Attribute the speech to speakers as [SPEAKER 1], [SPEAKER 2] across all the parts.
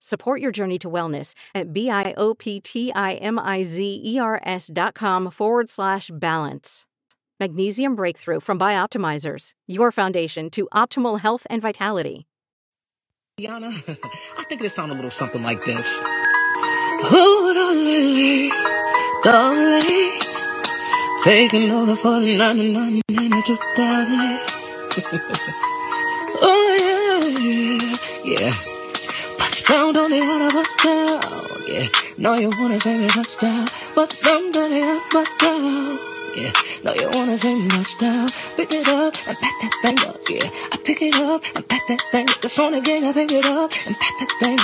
[SPEAKER 1] Support your journey to wellness at B-I-O-P-T-I-M-I-Z-E-R-S E dot com forward slash balance. Magnesium Breakthrough from Bioptimizers, your foundation to optimal health and vitality.
[SPEAKER 2] Diana, I think it sounds a little something like this. Oh, darling, darling, taking over for na na na na na to darling. Oh, yeah, yeah, yeah. But you don't know the other but down, yeah. No, you wanna say me but down, but don't do the other but down. Yeah, no, you wanna say me but down. Pick it up and pack that thing up, yeah. I pick it up and pack that thing. It's on again, I pick it up and pack that thing.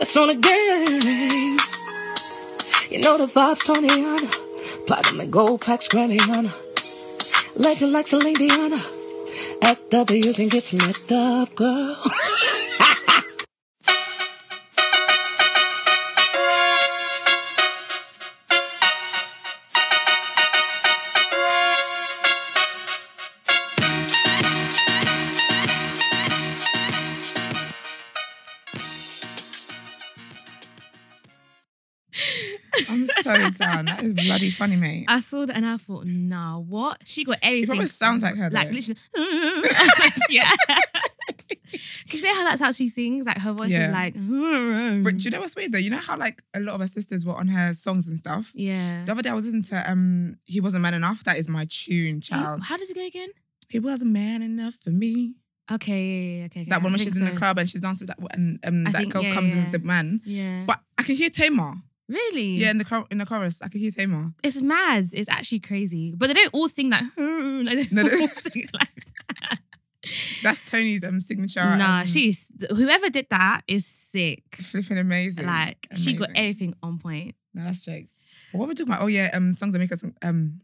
[SPEAKER 2] It's on again. You know the vibes, Tonyana. Platinum and gold packs, Grammyana. Legend like Celine Diana. Act up, you can get some act up, girl.
[SPEAKER 3] I'm so down. That is bloody funny, mate.
[SPEAKER 4] I saw that and I thought, nah, what? She got everything.
[SPEAKER 3] probably sounds like her,
[SPEAKER 4] Like
[SPEAKER 3] though.
[SPEAKER 4] literally. I was like, yeah. Because you know how that's how she sings? Like her voice
[SPEAKER 3] Yeah.
[SPEAKER 4] is like. Um,
[SPEAKER 3] But do you know what's weird though? You know how like a lot of her sisters were on her songs and stuff.
[SPEAKER 4] yeah.
[SPEAKER 3] The other day I was listening to um "He Wasn't Man Enough." That is my
[SPEAKER 4] Oh,
[SPEAKER 3] tune, child.
[SPEAKER 4] How does it go again?
[SPEAKER 3] He wasn't man enough for me.
[SPEAKER 4] Okay, yeah, yeah, okay. okay.
[SPEAKER 3] that one
[SPEAKER 4] I
[SPEAKER 3] when
[SPEAKER 4] think
[SPEAKER 3] she's in
[SPEAKER 4] so.
[SPEAKER 3] the club and she's dancing with that and um,
[SPEAKER 4] I
[SPEAKER 3] that
[SPEAKER 4] think-
[SPEAKER 3] girl
[SPEAKER 4] yeah,
[SPEAKER 3] comes in
[SPEAKER 4] yeah.
[SPEAKER 3] with the man.
[SPEAKER 4] Yeah.
[SPEAKER 3] But I can hear Tamar.
[SPEAKER 4] really?
[SPEAKER 3] Yeah, in the chor- in the chorus, I can hear Tamar.
[SPEAKER 4] It's mad. It's actually crazy. But they don't all sing like. like, they
[SPEAKER 3] No,
[SPEAKER 4] don't
[SPEAKER 3] they-
[SPEAKER 4] all sing like
[SPEAKER 3] That's Tony's um signature.
[SPEAKER 4] nah,
[SPEAKER 3] um,
[SPEAKER 4] she's. Whoever did that is sick.
[SPEAKER 3] flipping amazing.
[SPEAKER 4] Like, she got
[SPEAKER 3] Amazing.
[SPEAKER 4] everything on point.
[SPEAKER 3] No, that's jokes. But what were we talking about? Oh yeah, um, songs that make us um.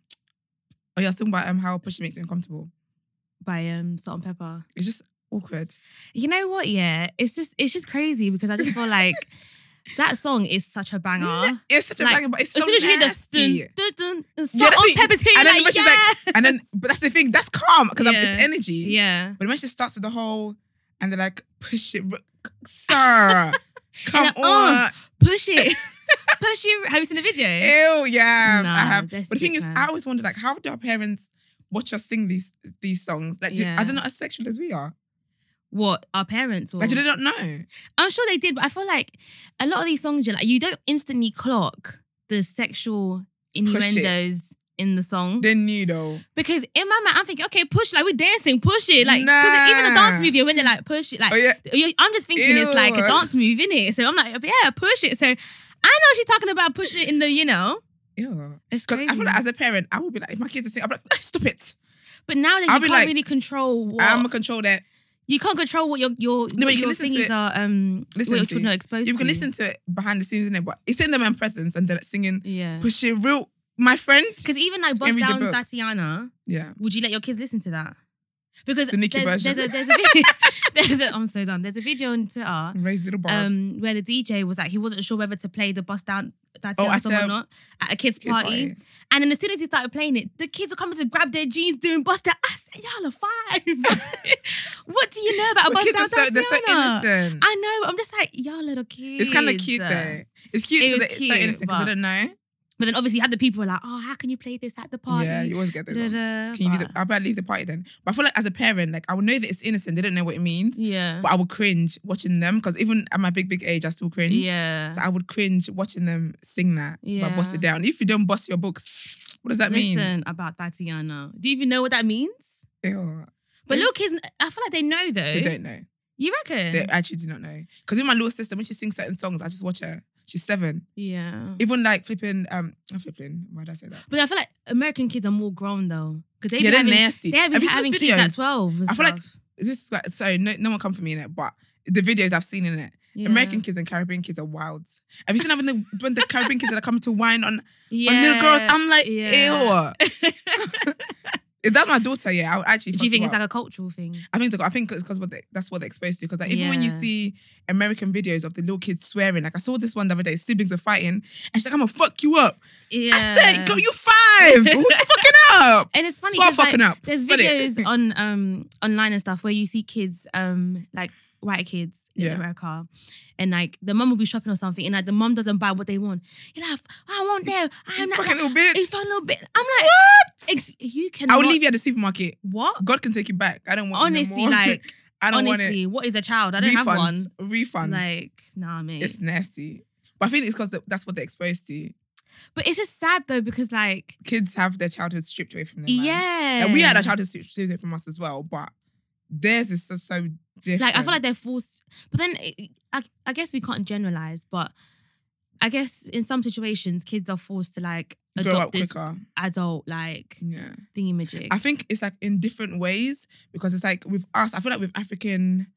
[SPEAKER 3] Oh yeah, I was talking about um how Pusha makes me uncomfortable.
[SPEAKER 4] By um salt and pepper.
[SPEAKER 3] It's just awkward.
[SPEAKER 4] You know what? Yeah, it's just it's just crazy because I just feel like that song is such a banger.
[SPEAKER 3] It's such a
[SPEAKER 4] Like,
[SPEAKER 3] banger, but it's so
[SPEAKER 4] as soon as you hear
[SPEAKER 3] nasty.
[SPEAKER 4] the dun, dun, dun, and
[SPEAKER 3] Yeah,
[SPEAKER 4] salt
[SPEAKER 3] that's
[SPEAKER 4] on
[SPEAKER 3] it.
[SPEAKER 4] peppers here,
[SPEAKER 3] and then
[SPEAKER 4] like,
[SPEAKER 3] when she's like, and then
[SPEAKER 4] yes!
[SPEAKER 3] but that's the thing, that's calm because of
[SPEAKER 4] Yeah.
[SPEAKER 3] this energy.
[SPEAKER 4] yeah,
[SPEAKER 3] But when she starts with the whole and they're like, push it, r- sir, come
[SPEAKER 4] And, uh,
[SPEAKER 3] on,
[SPEAKER 4] push it, push you. Have you seen the video?
[SPEAKER 3] ew, yeah,
[SPEAKER 4] Nah,
[SPEAKER 3] I have.
[SPEAKER 4] that's
[SPEAKER 3] But the thing
[SPEAKER 4] sick,
[SPEAKER 3] is,
[SPEAKER 4] man.
[SPEAKER 3] I always wonder like, how do our parents watch us sing these these songs? Like, do,
[SPEAKER 4] Yeah.
[SPEAKER 3] are they not as sexual as we are?
[SPEAKER 4] What our parents? Or,
[SPEAKER 3] Like, do they not know?
[SPEAKER 4] I'm sure they did, but I feel like a lot of these songs, you're like you don't instantly clock the sexual innuendos in the song.
[SPEAKER 3] They knew though.
[SPEAKER 4] Because in my mind, I'm thinking, okay, push, like we're dancing, push it. Like, because even a
[SPEAKER 3] Nah.
[SPEAKER 4] dance movie, when they're like, push it, like,
[SPEAKER 3] Oh yeah,
[SPEAKER 4] you- I'm just thinking it's like a
[SPEAKER 3] Ew.
[SPEAKER 4] dance move, isn't it? So I'm like, yeah, push it. So I know she's talking about pushing it in the, you know,
[SPEAKER 3] ew.
[SPEAKER 4] it's
[SPEAKER 3] Because
[SPEAKER 4] crazy.
[SPEAKER 3] I feel like as a parent, I would be like, if my kids are singing, I'm like, stop it.
[SPEAKER 4] but nowadays
[SPEAKER 3] I'll
[SPEAKER 4] you
[SPEAKER 3] be
[SPEAKER 4] can't
[SPEAKER 3] like,
[SPEAKER 4] really control what
[SPEAKER 3] I'm gonna control that.
[SPEAKER 4] you can't control what your your
[SPEAKER 3] No, but
[SPEAKER 4] what
[SPEAKER 3] you can
[SPEAKER 4] your
[SPEAKER 3] listen to
[SPEAKER 4] thingies
[SPEAKER 3] it.
[SPEAKER 4] are um
[SPEAKER 3] Listen
[SPEAKER 4] what your
[SPEAKER 3] to
[SPEAKER 4] children
[SPEAKER 3] it.
[SPEAKER 4] are exposed
[SPEAKER 3] You can
[SPEAKER 4] to.
[SPEAKER 3] listen to it behind the scenes, innit? But it's in the man presence and they're like, singing,
[SPEAKER 4] yeah,
[SPEAKER 3] push it real, my friend.
[SPEAKER 4] because even like
[SPEAKER 3] Can
[SPEAKER 4] Bust
[SPEAKER 3] read the
[SPEAKER 4] Down
[SPEAKER 3] books.
[SPEAKER 4] Tatiana,
[SPEAKER 3] Yeah.
[SPEAKER 4] would you let your kids listen to that? Because
[SPEAKER 3] The Nicki
[SPEAKER 4] there's,
[SPEAKER 3] version.
[SPEAKER 4] there's a there's a, video, there's a I'm so done. There's a video on Twitter
[SPEAKER 3] Raise little bars.
[SPEAKER 4] um, where the DJ was like he wasn't sure whether to play the bust down
[SPEAKER 3] Oh,
[SPEAKER 4] Tatiana
[SPEAKER 3] I
[SPEAKER 4] song or
[SPEAKER 3] said-
[SPEAKER 4] not at a kids, party. And then as soon as he started playing it, the kids were coming to grab their jeans doing bust down. I said, y'all are five. what do you know about
[SPEAKER 3] But
[SPEAKER 4] bust
[SPEAKER 3] kids
[SPEAKER 4] down
[SPEAKER 3] are so, they're so
[SPEAKER 4] Tatiana?
[SPEAKER 3] innocent.
[SPEAKER 4] I know. but I'm just like y'all little kids.
[SPEAKER 3] It's kind of cute though. It's cute
[SPEAKER 4] It was
[SPEAKER 3] because it's so
[SPEAKER 4] cute,
[SPEAKER 3] innocent because
[SPEAKER 4] but-
[SPEAKER 3] I don't know.
[SPEAKER 4] But then obviously you had the people who were like, oh, how can you play this at the party?
[SPEAKER 3] Yeah, you always get those. ones. Can
[SPEAKER 4] Da-da,
[SPEAKER 3] you leave the,
[SPEAKER 4] but-
[SPEAKER 3] I better leave the party then. But I feel like as a parent, like I would know that it's innocent. They don't know what it means.
[SPEAKER 4] yeah,
[SPEAKER 3] But I would cringe watching them because even at my big, big age, I still cringe.
[SPEAKER 4] yeah.
[SPEAKER 3] So I would cringe watching them sing that. But bust
[SPEAKER 4] Yeah.
[SPEAKER 3] it down. If you don't bust your books, what does that
[SPEAKER 4] Listen
[SPEAKER 3] mean?
[SPEAKER 4] about Tatiana. Do you even know what that means?
[SPEAKER 3] Ew.
[SPEAKER 4] But little kids, I feel like they know though.
[SPEAKER 3] They don't know.
[SPEAKER 4] You reckon?
[SPEAKER 3] They actually do not know. Because with my little sister, when she sings certain songs, I just watch her. She's seven.
[SPEAKER 4] yeah.
[SPEAKER 3] Even like flipping, um, not flipping. Why did I say that?
[SPEAKER 4] But I feel like American kids are more grown though. Because they've
[SPEAKER 3] yeah,
[SPEAKER 4] been
[SPEAKER 3] they're
[SPEAKER 4] having,
[SPEAKER 3] nasty.
[SPEAKER 4] they have been
[SPEAKER 3] Have you seen
[SPEAKER 4] having
[SPEAKER 3] those
[SPEAKER 4] kids at
[SPEAKER 3] videos?
[SPEAKER 4] 12. and
[SPEAKER 3] I feel like-
[SPEAKER 4] stuff.
[SPEAKER 3] Is this like, sorry, no, no one come for me in it, but the videos I've seen in it,
[SPEAKER 4] Yeah.
[SPEAKER 3] American kids and Caribbean kids are wild. Have you seen when the, when the Caribbean kids that are coming to wine on,
[SPEAKER 4] yeah.
[SPEAKER 3] on little girls? I'm like,
[SPEAKER 4] yeah.
[SPEAKER 3] ew. If that's my daughter, yeah, I would actually.
[SPEAKER 4] Do you
[SPEAKER 3] fuck
[SPEAKER 4] think it's
[SPEAKER 3] up.
[SPEAKER 4] like a cultural thing?
[SPEAKER 3] I think I think it's because what they, that's what they're exposed to. Because like, even when you
[SPEAKER 4] Yeah.
[SPEAKER 3] see American videos of the little kids swearing, like I saw this one the other day, siblings were fighting, and she's like, "I'm gonna fuck you up."
[SPEAKER 4] Yeah.
[SPEAKER 3] I said, "Girl, you five, who you fucking up?"
[SPEAKER 4] And it's funny
[SPEAKER 3] Small
[SPEAKER 4] 'cause, like,
[SPEAKER 3] fucking up.
[SPEAKER 4] there's
[SPEAKER 3] Funny.
[SPEAKER 4] videos on um online and stuff where you see kids um like white kids in
[SPEAKER 3] Yeah.
[SPEAKER 4] America and like the mum will be shopping or something and like the mum doesn't buy what they want. You're like, I want them. I'm
[SPEAKER 3] You
[SPEAKER 4] not
[SPEAKER 3] fucking
[SPEAKER 4] like,
[SPEAKER 3] little bitch.
[SPEAKER 4] you fucking little bit. I'm like, what? you can.
[SPEAKER 3] I will leave you at the supermarket.
[SPEAKER 4] What?
[SPEAKER 3] God can take you back. I don't want. you no
[SPEAKER 4] Honestly,
[SPEAKER 3] more.
[SPEAKER 4] like
[SPEAKER 3] I don't want it.
[SPEAKER 4] honestly, what is a child? I don't have one.
[SPEAKER 3] Refunds. Refunds.
[SPEAKER 4] Like, nah, mate.
[SPEAKER 3] it's nasty. But I think it's because that's what they're exposed to.
[SPEAKER 4] but it's just sad though because like,
[SPEAKER 3] Kids have their childhood stripped away from them. man.
[SPEAKER 4] yeah,
[SPEAKER 3] Like, we had our childhood stripped away from us as well, but theirs is so, so different.
[SPEAKER 4] Like I feel like they're forced, but then it- I, I guess we can't generalize, but I guess in some situations kids are forced to like
[SPEAKER 3] grow
[SPEAKER 4] adopt
[SPEAKER 3] up
[SPEAKER 4] this
[SPEAKER 3] quicker.
[SPEAKER 4] adult like
[SPEAKER 3] Yeah.
[SPEAKER 4] thingy magic.
[SPEAKER 3] I think it's like in different ways because it's like with us, I feel like with African,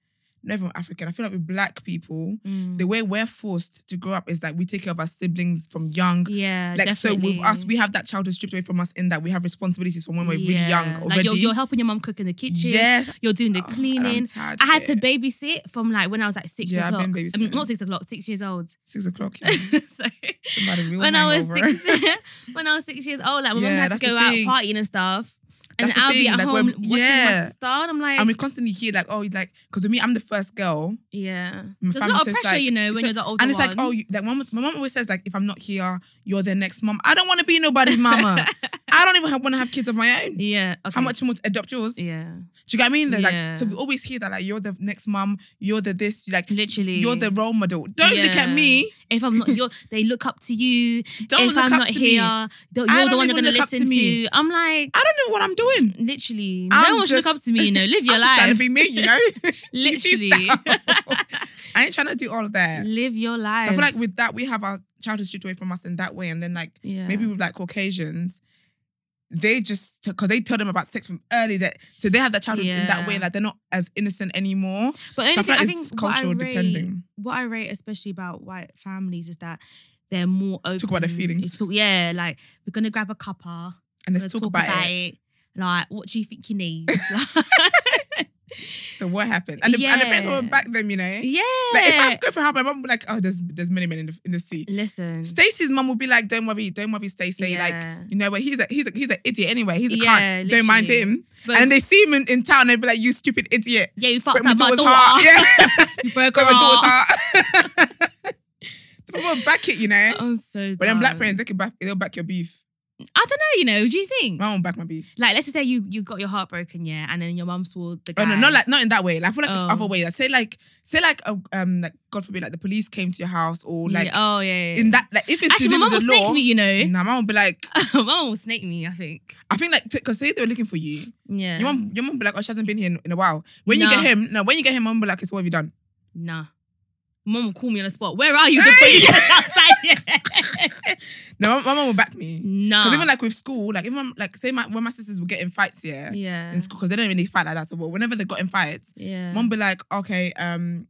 [SPEAKER 3] never African, I feel like with black people,
[SPEAKER 4] Mm.
[SPEAKER 3] the way we're forced to grow up is like we take care of our siblings from young.
[SPEAKER 4] yeah,
[SPEAKER 3] Like
[SPEAKER 4] definitely.
[SPEAKER 3] so with us, we have that childhood stripped away from us in that we have responsibilities from when we're really young
[SPEAKER 4] Yeah.
[SPEAKER 3] already.
[SPEAKER 4] Like you're, you're helping your mom cook in the kitchen.
[SPEAKER 3] yes.
[SPEAKER 4] You're doing the
[SPEAKER 3] Oh, and I'm
[SPEAKER 4] cleaning.
[SPEAKER 3] tired
[SPEAKER 4] I had
[SPEAKER 3] of
[SPEAKER 4] to
[SPEAKER 3] it.
[SPEAKER 4] babysit from like when I was like six
[SPEAKER 3] Yeah, I've
[SPEAKER 4] o'clock.
[SPEAKER 3] been
[SPEAKER 4] I mean,
[SPEAKER 3] babysitting.
[SPEAKER 4] not six o'clock, six years old.
[SPEAKER 3] six o'clock. Yeah.
[SPEAKER 4] so
[SPEAKER 3] Somebody real
[SPEAKER 4] when I was
[SPEAKER 3] hangover.
[SPEAKER 4] six, when I was six years old, like my mom
[SPEAKER 3] Yeah,
[SPEAKER 4] had to
[SPEAKER 3] that's the
[SPEAKER 4] go out
[SPEAKER 3] thing.
[SPEAKER 4] partying and stuff, and
[SPEAKER 3] That's the
[SPEAKER 4] I'll be
[SPEAKER 3] thing,
[SPEAKER 4] at
[SPEAKER 3] like,
[SPEAKER 4] home
[SPEAKER 3] when-
[SPEAKER 4] watching my
[SPEAKER 3] yeah.
[SPEAKER 4] sister, and I'm like,
[SPEAKER 3] and we constantly hear like, oh, like, because with me, I'm the first girl.
[SPEAKER 4] yeah,
[SPEAKER 3] My
[SPEAKER 4] there's
[SPEAKER 3] family's
[SPEAKER 4] a lot of
[SPEAKER 3] just
[SPEAKER 4] pressure,
[SPEAKER 3] like-
[SPEAKER 4] you know,
[SPEAKER 3] it's
[SPEAKER 4] when
[SPEAKER 3] like-
[SPEAKER 4] you're the older
[SPEAKER 3] And it's
[SPEAKER 4] one.
[SPEAKER 3] like, oh, you, like mom, my mom always says, like, if I'm not here, you're their next mom. I don't want to be nobody's mama. I don't even want to have kids of my own.
[SPEAKER 4] yeah, okay.
[SPEAKER 3] How much more to adopt yours?
[SPEAKER 4] Yeah,
[SPEAKER 3] Do you get what I mean? There's
[SPEAKER 4] Yeah.
[SPEAKER 3] Like, so we always hear that, like, you're the next mom, you're the this, like,
[SPEAKER 4] literally.
[SPEAKER 3] you're the role model. Don't look at
[SPEAKER 4] Yeah.
[SPEAKER 3] me.
[SPEAKER 4] If I'm not, you're, they look up to you.
[SPEAKER 3] Don't
[SPEAKER 4] if
[SPEAKER 3] look
[SPEAKER 4] I'm
[SPEAKER 3] up
[SPEAKER 4] not
[SPEAKER 3] to
[SPEAKER 4] here,
[SPEAKER 3] me.
[SPEAKER 4] th- you're the
[SPEAKER 3] don't
[SPEAKER 4] one they're
[SPEAKER 3] even
[SPEAKER 4] gonna
[SPEAKER 3] look up to
[SPEAKER 4] listen to.
[SPEAKER 3] me.
[SPEAKER 4] I'm like,
[SPEAKER 3] I don't know what I'm doing.
[SPEAKER 4] literally,
[SPEAKER 3] I'm
[SPEAKER 4] no one should look
[SPEAKER 3] just-
[SPEAKER 4] up to me. You know, live your
[SPEAKER 3] I'm just
[SPEAKER 4] life.
[SPEAKER 3] trying to be me, you know? GC
[SPEAKER 4] Literally.
[SPEAKER 3] style. I ain't trying to do all of that.
[SPEAKER 4] live your life.
[SPEAKER 3] So I feel like with that, we have our childhood stripped away from us in that way. And then, like,
[SPEAKER 4] yeah.
[SPEAKER 3] maybe with like Caucasians, they just, because they tell them about sex from early, that so they have that childhood in that way,
[SPEAKER 4] Yeah.
[SPEAKER 3] like they're not as innocent anymore.
[SPEAKER 4] But only
[SPEAKER 3] so I
[SPEAKER 4] thing,
[SPEAKER 3] feel like
[SPEAKER 4] I
[SPEAKER 3] it's
[SPEAKER 4] think
[SPEAKER 3] cultural
[SPEAKER 4] what I rate,
[SPEAKER 3] depending.
[SPEAKER 4] What I rate, especially about white families, is that they're more open.
[SPEAKER 3] about their feelings.
[SPEAKER 4] It's all- yeah, like we're gonna grab a cuppa.
[SPEAKER 3] And
[SPEAKER 4] Let's
[SPEAKER 3] let's
[SPEAKER 4] gonna
[SPEAKER 3] talk, about, it.
[SPEAKER 4] Like, what do you think you need?
[SPEAKER 3] So what happened? And the, and the parents
[SPEAKER 4] Yeah.
[SPEAKER 3] will back them, you know.
[SPEAKER 4] yeah.
[SPEAKER 3] Like if I'm going for help, my mom would be like, oh, there's there's many men in the in the sea.
[SPEAKER 4] Listen.
[SPEAKER 3] Stacey's mom would be like, don't worry, don't worry, Stacey.
[SPEAKER 4] Yeah.
[SPEAKER 3] Like, you know, but he's a he's a he's an idiot anyway. He's a
[SPEAKER 4] Yeah,
[SPEAKER 3] cunt. Don't mind
[SPEAKER 4] literally.
[SPEAKER 3] him.
[SPEAKER 4] But-
[SPEAKER 3] and they see him in, in town, they'd be like, you stupid idiot.
[SPEAKER 4] yeah, you
[SPEAKER 3] But
[SPEAKER 4] fucked
[SPEAKER 3] my
[SPEAKER 4] up my
[SPEAKER 3] daughter's
[SPEAKER 4] daughter.
[SPEAKER 3] heart. Yeah.
[SPEAKER 4] you broke her
[SPEAKER 3] Grab a door's
[SPEAKER 4] heart.
[SPEAKER 3] heart. the people back it, you know.
[SPEAKER 4] I'm so.
[SPEAKER 3] but then black
[SPEAKER 4] done.
[SPEAKER 3] parents, they can back, they'll back your beef.
[SPEAKER 4] I don't know. You know? Do you think?
[SPEAKER 3] My mom back my beef.
[SPEAKER 4] Like, let's just say you you got your heart broken, yeah, and then your mum swore the guy.
[SPEAKER 3] Oh, no, not like not in that way. Like, I feel like
[SPEAKER 4] Oh.
[SPEAKER 3] the other way. Like, say like say like a, um like God forbid like the police came to your house or
[SPEAKER 4] Yeah,
[SPEAKER 3] like
[SPEAKER 4] oh yeah. yeah,
[SPEAKER 3] in
[SPEAKER 4] yeah.
[SPEAKER 3] that like if it's
[SPEAKER 4] Actually,
[SPEAKER 3] to do
[SPEAKER 4] my mum will
[SPEAKER 3] with the law.
[SPEAKER 4] snake me. You know,
[SPEAKER 3] Nah, my mom will be like,
[SPEAKER 4] my mum will snake me. I think.
[SPEAKER 3] I think like because say they were looking for you.
[SPEAKER 4] Yeah.
[SPEAKER 3] Your mom, your mom will be like, oh, she hasn't been here in, in a while. When you
[SPEAKER 4] No.
[SPEAKER 3] get him, no, when you get him, mom will be like, it's what have you done?
[SPEAKER 4] Nah. Mom will call me on the spot. Where are you? Before you get outside.
[SPEAKER 3] No, my, my mom will back me. Because
[SPEAKER 4] nah.
[SPEAKER 3] even like with school, like even like say my when my sisters would get in fights, yeah,
[SPEAKER 4] yeah.
[SPEAKER 3] in school because they don't really fight like that. So well, whenever they got in fights,
[SPEAKER 4] Yeah.
[SPEAKER 3] Mom be like, okay, um,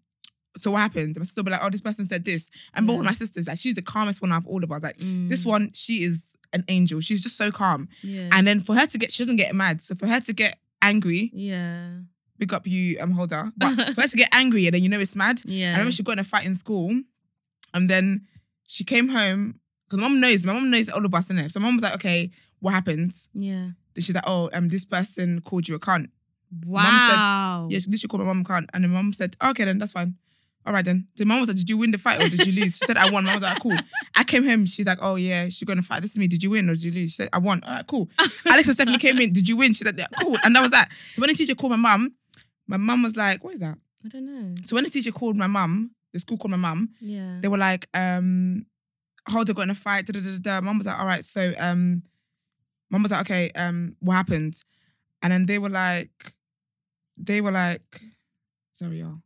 [SPEAKER 3] so what happened? My sister be like, oh, this person said this. And both
[SPEAKER 4] Yeah.
[SPEAKER 3] my sisters, like, she's the calmest one out of all of us. Like,
[SPEAKER 4] Mm,
[SPEAKER 3] this one, she is an angel. She's just so calm.
[SPEAKER 4] Yeah.
[SPEAKER 3] And then for her to get, she doesn't get mad. So for her to get angry,
[SPEAKER 4] yeah.
[SPEAKER 3] big up you, um, Holder. But for her to get angry, and then you know it's mad.
[SPEAKER 4] Yeah.
[SPEAKER 3] I remember she got in a fight in school, and then she came home because mom knows. My mom knows all of us in it. So mom was like, okay, what happened?
[SPEAKER 4] yeah.
[SPEAKER 3] Then She's like, oh, um, this person called you a cunt.
[SPEAKER 4] Wow.
[SPEAKER 3] Yeah, she literally called my mum can't. And then mum said, "Oh, okay, then that's fine. All right then. The mum was like, did you win the fight or did you lose? She said, I won. Mum was like, "Ah, cool. I came home. She's like, oh yeah, she's going to fight. This is me. Did you win or did you lose? She said, I won. All right, cool. Alex and Stephanie came in. Did you win? She said, yeah, cool. And that was that. So when the teacher called my mum, my mum was like, what is that?
[SPEAKER 4] I don't know.
[SPEAKER 3] So when the teacher called my mum, the school called my mum,
[SPEAKER 4] Yeah.
[SPEAKER 3] they were like, um, Holder got in a fight. Da, da, da, da. Mum was like, all right, so um, mum was like, okay, um, what happened? And then they were like, they were like, sorry, y'all.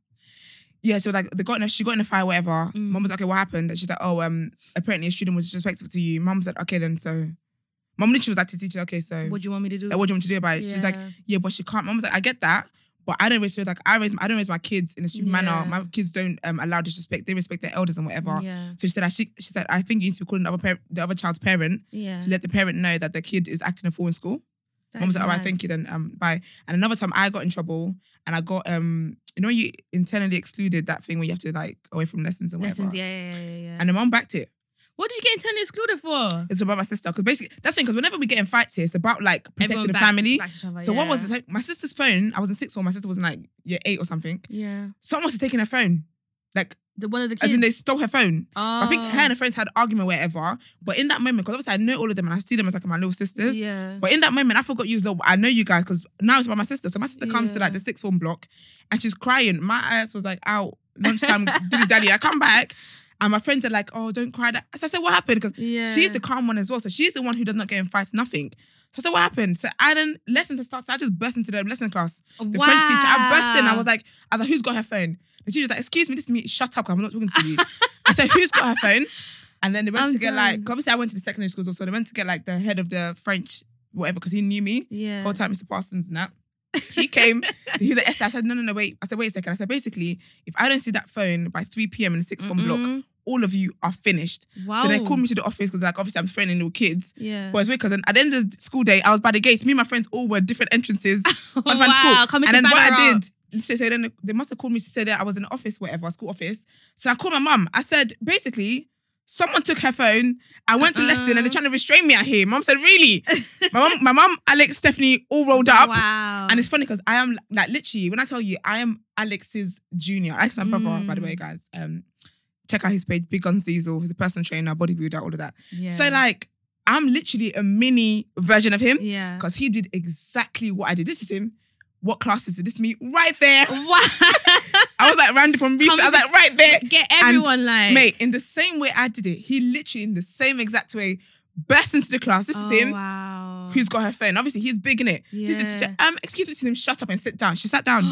[SPEAKER 3] Yeah, so like they got in a, she got in a fight, whatever.
[SPEAKER 4] Mm.
[SPEAKER 3] Mum was like, okay, what happened? And she's like, oh, um, apparently a student was disrespectful to you. Mum said, okay, then so. Mum literally was like to the teacher, okay, so
[SPEAKER 4] What do you want me to do?
[SPEAKER 3] like, what do you want me to do about it? She's like,
[SPEAKER 4] Yeah.
[SPEAKER 3] yeah, but she can't. Mum was like, I get that, but I don't raise like I raise I don't raise my kids in a stupid
[SPEAKER 4] Yeah.
[SPEAKER 3] manner. My kids don't um, allow disrespect. They respect their elders and whatever.
[SPEAKER 4] Yeah.
[SPEAKER 3] So she said, I she, she said, I think you need to be calling the other par- the other child's parent
[SPEAKER 4] Yeah.
[SPEAKER 3] to let the parent know that the kid is acting a fool in school.
[SPEAKER 4] That
[SPEAKER 3] Mum was
[SPEAKER 4] is
[SPEAKER 3] like, all right,
[SPEAKER 4] mad.
[SPEAKER 3] thank you then. Um, bye. And another time I got in trouble and I got um, you know, when you internally excluded that thing where you have to like away from lessons and whatever.
[SPEAKER 4] Lessons, yeah, yeah, yeah, yeah, yeah.
[SPEAKER 3] And the mum backed it.
[SPEAKER 4] what did you get internally excluded for?
[SPEAKER 3] It's about my sister because basically that's the thing. Because whenever we get in fights here, it's about like protecting
[SPEAKER 4] Everyone
[SPEAKER 3] the
[SPEAKER 4] backs-
[SPEAKER 3] family.
[SPEAKER 4] backs each other,
[SPEAKER 3] So what was
[SPEAKER 4] yeah.
[SPEAKER 3] it? My sister's phone. I was in sixth form. My sister was in like year eight or something.
[SPEAKER 4] Yeah.
[SPEAKER 3] Someone must have taken her phone, like
[SPEAKER 4] The one of the kids.
[SPEAKER 3] as in they stole her phone.
[SPEAKER 4] oh.
[SPEAKER 3] I think her and her friends had an argument, whatever. But in that moment, because obviously I know all of them and I see them as like my little sisters.
[SPEAKER 4] Yeah.
[SPEAKER 3] But in that moment, I forgot you. Though I know you guys because now it's about my sister. So my sister comes to
[SPEAKER 4] Yeah.
[SPEAKER 3] like the sixth form block, and she's crying. My ass was like out lunchtime dilly dally. I come back. And my friends are like, oh, don't cry. That. So I said, what happened? Because
[SPEAKER 4] yeah.
[SPEAKER 3] She's the calm one as well. So she's the one who does not get in fights, nothing. So I said, what happened? So I then lessons had started. So I just burst into the lesson class. The
[SPEAKER 4] wow.
[SPEAKER 3] French teacher. I burst in. I was like, I was like, who's got her phone? The teacher was like, excuse me, this is me. Shut up, I'm not talking to you. I said, who's got her phone? And then they went
[SPEAKER 4] I'm
[SPEAKER 3] to get like,
[SPEAKER 4] done.
[SPEAKER 3] obviously I went to the secondary schools also. They went to get like the head of the French, whatever, because he knew me.
[SPEAKER 4] yeah.
[SPEAKER 3] Whole time Mr. Parsons and that. He came. He's like, Esther. I said, no, no, no, wait. I said, wait a second. I said, basically, if I don't see that phone by 3 p.m. in the sixth form block,
[SPEAKER 4] Mm-mm.
[SPEAKER 3] all of you are finished.
[SPEAKER 4] Wow.
[SPEAKER 3] So they called me to the office because, like, obviously I'm threatening little kids.
[SPEAKER 4] Yeah.
[SPEAKER 3] But it's weird because at the end of the school day, I was by the gates. Me and my friends all were different entrances.
[SPEAKER 4] oh,
[SPEAKER 3] one friend's
[SPEAKER 4] wow.
[SPEAKER 3] school.
[SPEAKER 4] Coming
[SPEAKER 3] and
[SPEAKER 4] to
[SPEAKER 3] then what
[SPEAKER 4] Banner
[SPEAKER 3] I
[SPEAKER 4] Rock.
[SPEAKER 3] did, so, so then they must have called me to say that I was in the office, whatever, school office. So I called my mum. I said, basically, someone took her phone. I went to lesson
[SPEAKER 4] Uh-uh.
[SPEAKER 3] and they're trying to restrain me out here. Mum said, really? my mum, my mum, Alex, Stephanie, all rolled up.
[SPEAKER 4] Wow.
[SPEAKER 3] And it's funny because I am like literally when I tell you I am Alex's junior. Alex, my brother, by the
[SPEAKER 4] Mm.
[SPEAKER 3] way, guys. Um, check out his page, Big Guns Diesel. He's a personal trainer, bodybuilder, all of that.
[SPEAKER 4] yeah.
[SPEAKER 3] So like, I'm literally a mini version of him
[SPEAKER 4] Yeah.
[SPEAKER 3] because he did exactly what I did. This is him. What classes did this me? Right there.
[SPEAKER 4] Wow.
[SPEAKER 3] I was like Randy from Reese. I was like right there,
[SPEAKER 4] Get everyone like.
[SPEAKER 3] mate. In the same way I did it, he literally in the same exact way burst into the class. This
[SPEAKER 4] oh,
[SPEAKER 3] is him
[SPEAKER 4] Wow.
[SPEAKER 3] who's got her phone. Obviously, he's big in it. This is
[SPEAKER 4] Yeah.
[SPEAKER 3] um, excuse me, this is him. Shut up and sit down. She sat down.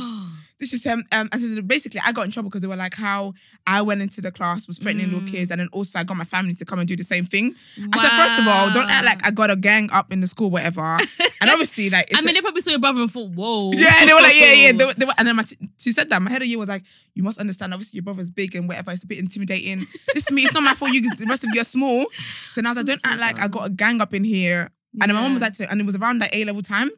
[SPEAKER 3] this is him. Um, and so basically, I got in trouble because they were like, how I went into the class was threatening little
[SPEAKER 4] Mm.
[SPEAKER 3] kids, and then also I got my family to come and do the same thing. I said, first of all, don't act like I got a gang up in the school, whatever. and obviously, like, it's
[SPEAKER 4] I mean, they probably saw your brother and thought, whoa.
[SPEAKER 3] yeah, they were like, yeah, yeah. They were, they were, and then my t- she said that. My head of year was like, you must understand. Obviously, your brother's big and whatever. It's a bit intimidating. this is me. It's not my fault. You, the rest of you are small. So now I was like, don't act like I got a gang up in here. And then my mom was
[SPEAKER 4] Yeah.
[SPEAKER 3] like, to, and it was around that A level time.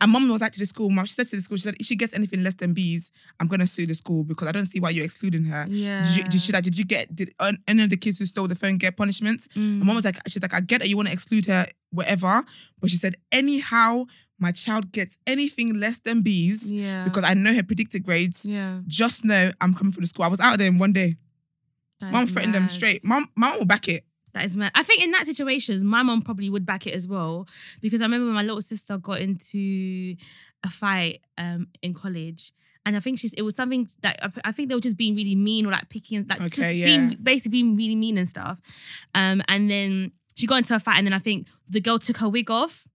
[SPEAKER 3] And mom was like to the school. Mom, she said to the school, she said, if she gets anything less than B's, I'm gonna sue the school because I don't see why you're excluding her.
[SPEAKER 4] Yeah.
[SPEAKER 3] Did you, did she like? Did you get? Did uh, any of the kids who stole the phone get punishments?
[SPEAKER 4] Mm.
[SPEAKER 3] And mom was like, she's like, I get that you want to exclude her, whatever. But she said, anyhow, my child gets anything less than B's
[SPEAKER 4] Yeah.
[SPEAKER 3] because I know her predicted grades.
[SPEAKER 4] Yeah.
[SPEAKER 3] Just know I'm coming for the school. I was out there in one day.
[SPEAKER 4] That
[SPEAKER 3] Mom
[SPEAKER 4] is
[SPEAKER 3] threatened them
[SPEAKER 4] mad.
[SPEAKER 3] straight. Mom, mom will back it.
[SPEAKER 4] That is mad. I think in that situation, my mom probably would back it as well because I remember my little sister got into a fight um, in college. And I think she's, it was something that I- I think they were just being really mean or like picky and like just
[SPEAKER 3] Okay,
[SPEAKER 4] being
[SPEAKER 3] yeah.
[SPEAKER 4] basically being really mean and stuff. Um, and then she got into a fight, and then I think the girl took her wig off.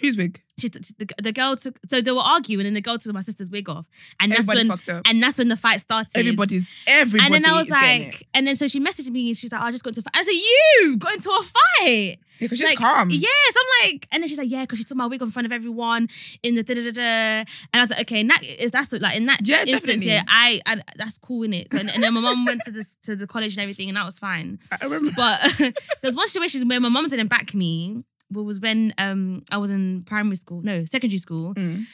[SPEAKER 3] Who's big?
[SPEAKER 4] She t- the, the girl took so they were arguing, and the girl took my sister's wig off, and that's
[SPEAKER 3] Everybody
[SPEAKER 4] when
[SPEAKER 3] fucked up.
[SPEAKER 4] and that's when the fight started.
[SPEAKER 3] Everybody's everybody.
[SPEAKER 4] And then I was
[SPEAKER 3] is getting it.
[SPEAKER 4] like, and then so she messaged me and she's like, oh, I just got into a fight. I said, You got into a fight.
[SPEAKER 3] yeah, because she's
[SPEAKER 4] like,
[SPEAKER 3] calm.
[SPEAKER 4] Yeah. So I'm like, and then she's like, Yeah, because she took my wig in front of everyone in the da da da da. And I was like, Okay, and that is that's what, like in that
[SPEAKER 3] Yeah,
[SPEAKER 4] instance,
[SPEAKER 3] definitely.
[SPEAKER 4] yeah, I, I that's cool in it. So, and, and then my mom went to this to the college and everything, and that was fine.
[SPEAKER 3] I remember.
[SPEAKER 4] But there's one situation where my mom didn't back me. But was when um I was in primary school, no secondary school,
[SPEAKER 3] Mm.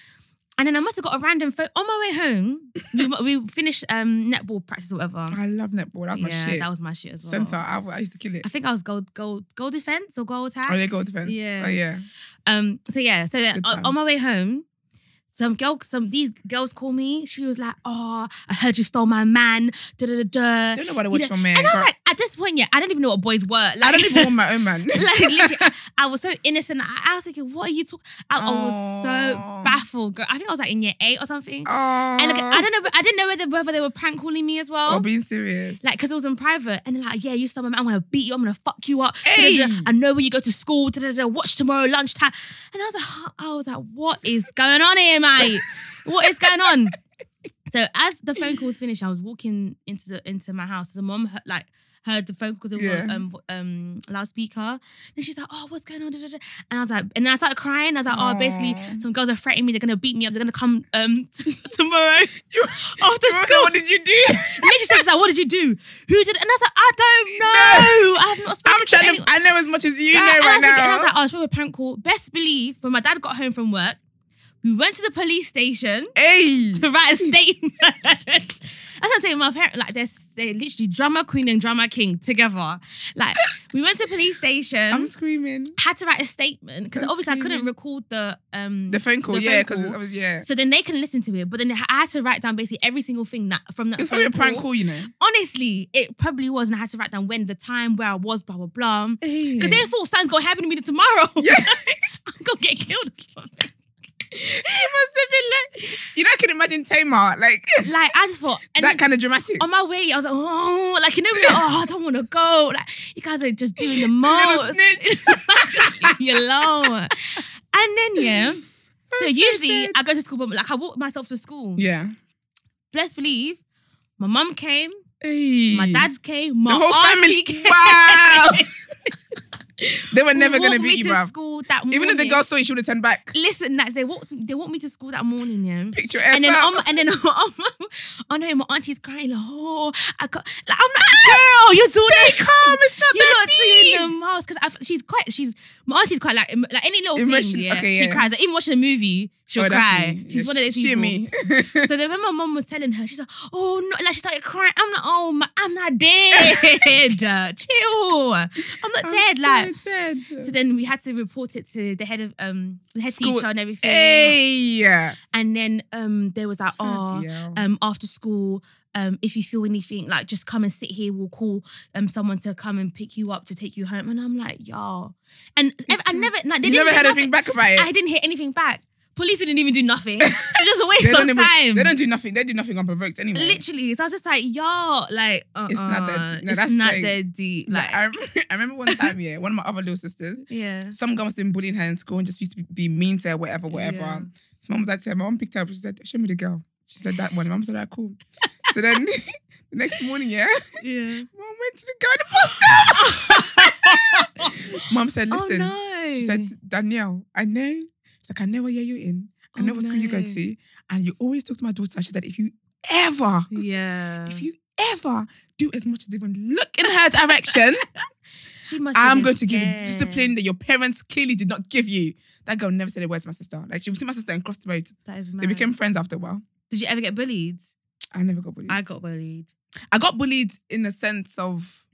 [SPEAKER 4] and then I must have got a random phone on my way home. We, we finished um netball practice or whatever
[SPEAKER 3] I love netball. That was
[SPEAKER 4] yeah,
[SPEAKER 3] my shit.
[SPEAKER 4] that was my shit as well.
[SPEAKER 3] Center. I, I used to kill it.
[SPEAKER 4] I think I was gold, gold, gold defense or gold attack.
[SPEAKER 3] Oh, yeah, goal defense.
[SPEAKER 4] Yeah.
[SPEAKER 3] Oh, yeah.
[SPEAKER 4] Um. So yeah. So then
[SPEAKER 3] Good
[SPEAKER 4] on, on my
[SPEAKER 3] times.
[SPEAKER 4] way home, some girl, some these girls call me. She was like, "Oh, I heard you stole my man." Da da da da.
[SPEAKER 3] Don't nobody
[SPEAKER 4] You
[SPEAKER 3] watch
[SPEAKER 4] know-
[SPEAKER 3] your man.
[SPEAKER 4] And I was
[SPEAKER 3] girl.
[SPEAKER 4] like, I at this point, yeah, I don't even know what boys were. Like,
[SPEAKER 3] I don't even want my own man.
[SPEAKER 4] like literally, I- I was so innocent. I, I was thinking, what are you talking? I, I was
[SPEAKER 3] Aw.
[SPEAKER 4] so baffled. Girl. I think I was like in year eight or something.
[SPEAKER 3] oh,
[SPEAKER 4] And like, I don't know. I didn't know whether whether they were prank calling me as well.
[SPEAKER 3] Or being serious.
[SPEAKER 4] Like, cause it was in private, and they're like, yeah, you stop my man. I'm gonna beat you. I'm gonna fuck you up.
[SPEAKER 3] Hey!
[SPEAKER 4] Da-da-da. I know where you go to school. Da-da-da. Watch tomorrow lunchtime. And I was like, huh? I was like, what is going on here, mate? what is going on? So as the phone calls finished, I was walking into the into my house. The mom heard, like heard the phone calls over
[SPEAKER 3] Yeah.
[SPEAKER 4] um, vo- um loudspeaker, and she's like, "Oh, what's going on?" Da-da-da. And I was like, and I started crying. I was like, "Oh, basically,
[SPEAKER 3] Aw.
[SPEAKER 4] some girls are threatening me. They're gonna beat me up. They're gonna come um tomorrow after
[SPEAKER 3] Rosa,
[SPEAKER 4] school."
[SPEAKER 3] what did you do?
[SPEAKER 4] Literally, she's like, "What did you do? Who did?" it?" And I was like, "I don't know. I have not spoken
[SPEAKER 3] I'm trying to.
[SPEAKER 4] anyone."
[SPEAKER 3] I know as much as you know
[SPEAKER 4] And I
[SPEAKER 3] right
[SPEAKER 4] was like- And I
[SPEAKER 3] now.
[SPEAKER 4] was like, "Oh, it's probably a prank call." Best believe when my dad got home from work, we went to the police station
[SPEAKER 3] hey,
[SPEAKER 4] to write a statement. That's what I'm saying. My parents, like, they're, they're literally drama queen and drama king together. Like, we went to police station.
[SPEAKER 3] I'm screaming.
[SPEAKER 4] had to write a statement because
[SPEAKER 3] I'm
[SPEAKER 4] obviously I couldn't
[SPEAKER 3] screaming.
[SPEAKER 4] record the um
[SPEAKER 3] The phone call,
[SPEAKER 4] the
[SPEAKER 3] yeah,
[SPEAKER 4] phone
[SPEAKER 3] because
[SPEAKER 4] call.
[SPEAKER 3] yeah,
[SPEAKER 4] so then they can listen to it, but then I had to write down basically every single thing that from that
[SPEAKER 3] it's
[SPEAKER 4] phone
[SPEAKER 3] probably a prank call, you know.
[SPEAKER 4] Honestly, it probably was, and I had to write down when the time, where I was, blah blah blah. Because then full something's gonna happen to me tomorrow.
[SPEAKER 3] Yeah.
[SPEAKER 4] I'm gonna get killed or something.
[SPEAKER 3] It must have been like, you know, I can imagine Tamar, like
[SPEAKER 4] Like I just thought, and
[SPEAKER 3] that
[SPEAKER 4] then-
[SPEAKER 3] kind of dramatic.
[SPEAKER 4] on my way, I was like, oh, like you know, we're like, oh, I don't want to go. Like you guys are just doing the
[SPEAKER 3] Little
[SPEAKER 4] most.
[SPEAKER 3] snitch.
[SPEAKER 4] Leave me alone. And then yeah, so
[SPEAKER 3] so
[SPEAKER 4] usually
[SPEAKER 3] sad.
[SPEAKER 4] I go to school, but like I walk myself to school.
[SPEAKER 3] yeah.
[SPEAKER 4] Let's believe, my mum came,
[SPEAKER 3] Hey.
[SPEAKER 4] my dad came, my
[SPEAKER 3] Mm. the whole
[SPEAKER 4] auntie
[SPEAKER 3] family.
[SPEAKER 4] came.
[SPEAKER 3] Wow. they were never gonna
[SPEAKER 4] walked me
[SPEAKER 3] beat you,
[SPEAKER 4] to
[SPEAKER 3] bruv.
[SPEAKER 4] school that morning.
[SPEAKER 3] Even if the girl saw you, she would have turned back.
[SPEAKER 4] listen, like they walked, they walked me to school that morning. Yeah.
[SPEAKER 3] Picture your ass
[SPEAKER 4] And then,
[SPEAKER 3] up.
[SPEAKER 4] um, and then, um, I know my auntie's crying. Like, oh, I got. Like, I'm like, ah! girl, you're doing it.
[SPEAKER 3] calm. It's not
[SPEAKER 4] You're
[SPEAKER 3] that
[SPEAKER 4] not seeing
[SPEAKER 3] deep.
[SPEAKER 4] the miles because she's quite. She's my auntie's quite like em- like any little
[SPEAKER 3] Emotion-
[SPEAKER 4] thing. Yeah,
[SPEAKER 3] okay,
[SPEAKER 4] she
[SPEAKER 3] yeah.
[SPEAKER 4] cries. Like, even watching a movie, she'll
[SPEAKER 3] Oh, that's
[SPEAKER 4] cry.
[SPEAKER 3] me.
[SPEAKER 4] She's
[SPEAKER 3] Yeah,
[SPEAKER 4] one of those
[SPEAKER 3] she
[SPEAKER 4] people.
[SPEAKER 3] and me.
[SPEAKER 4] So then when my mom was telling her, she's like, "Oh no!" Like she started crying. I'm like, "Oh, my, I'm not dead. Uh, Chill. I'm not dead." like
[SPEAKER 3] so dead.
[SPEAKER 4] so, then we had to report it to the head of um the head
[SPEAKER 3] School-
[SPEAKER 4] teacher and everything.
[SPEAKER 3] Hey.
[SPEAKER 4] And then um there was like, "Oh,
[SPEAKER 3] Bloody hell.
[SPEAKER 4] um after school." Um, if you feel anything, like just come and sit here. We'll call um someone to come and pick you up to take you home. And I'm like, y'all, and I, I never, like, they
[SPEAKER 3] you
[SPEAKER 4] didn't
[SPEAKER 3] never
[SPEAKER 4] do
[SPEAKER 3] had
[SPEAKER 4] nothing.
[SPEAKER 3] anything back about it.
[SPEAKER 4] I didn't hear anything back. Police didn't even do nothing. It's just a waste
[SPEAKER 3] they
[SPEAKER 4] of
[SPEAKER 3] don't even-
[SPEAKER 4] time.
[SPEAKER 3] They don't do nothing. They do nothing unprovoked anyway.
[SPEAKER 4] Literally, so I was just like, y'all, like, uh,
[SPEAKER 3] It's not that deep. No,
[SPEAKER 4] it's
[SPEAKER 3] that's
[SPEAKER 4] not
[SPEAKER 3] jokes.
[SPEAKER 4] that deep. Like,
[SPEAKER 3] Like, I, rem- I remember one time, yeah, one of my other little sisters,
[SPEAKER 4] yeah,
[SPEAKER 3] some girl was been bullying her in school and just used to be mean to her, whatever, whatever.
[SPEAKER 4] Yeah.
[SPEAKER 3] So mom was like, my mom picked her up. She said, show me the girl. She said that one. Mom said, "Alright, cool. So then the next morning, yeah,
[SPEAKER 4] yeah.
[SPEAKER 3] mom went to the girl in the poster. mom said, listen,
[SPEAKER 4] oh no,
[SPEAKER 3] she said, Danielle, I know. She's like, I know what year you're in. I
[SPEAKER 4] Oh,
[SPEAKER 3] know what school you go
[SPEAKER 4] no.
[SPEAKER 3] to. And you always talk to my daughter. She said, if you ever,
[SPEAKER 4] yeah.
[SPEAKER 3] if you ever do as much as even look in her direction,
[SPEAKER 4] she must. have
[SPEAKER 3] I'm
[SPEAKER 4] been
[SPEAKER 3] going to give you the
[SPEAKER 4] scared.
[SPEAKER 3] discipline that your parents clearly did not give you. That girl never said a word to my sister. Like she would see my sister and cross the road.
[SPEAKER 4] That is mad.
[SPEAKER 3] They became friends after a while.
[SPEAKER 4] Did you ever get bullied?
[SPEAKER 3] I never got bullied.
[SPEAKER 4] I got bullied.
[SPEAKER 3] I got bullied in the sense of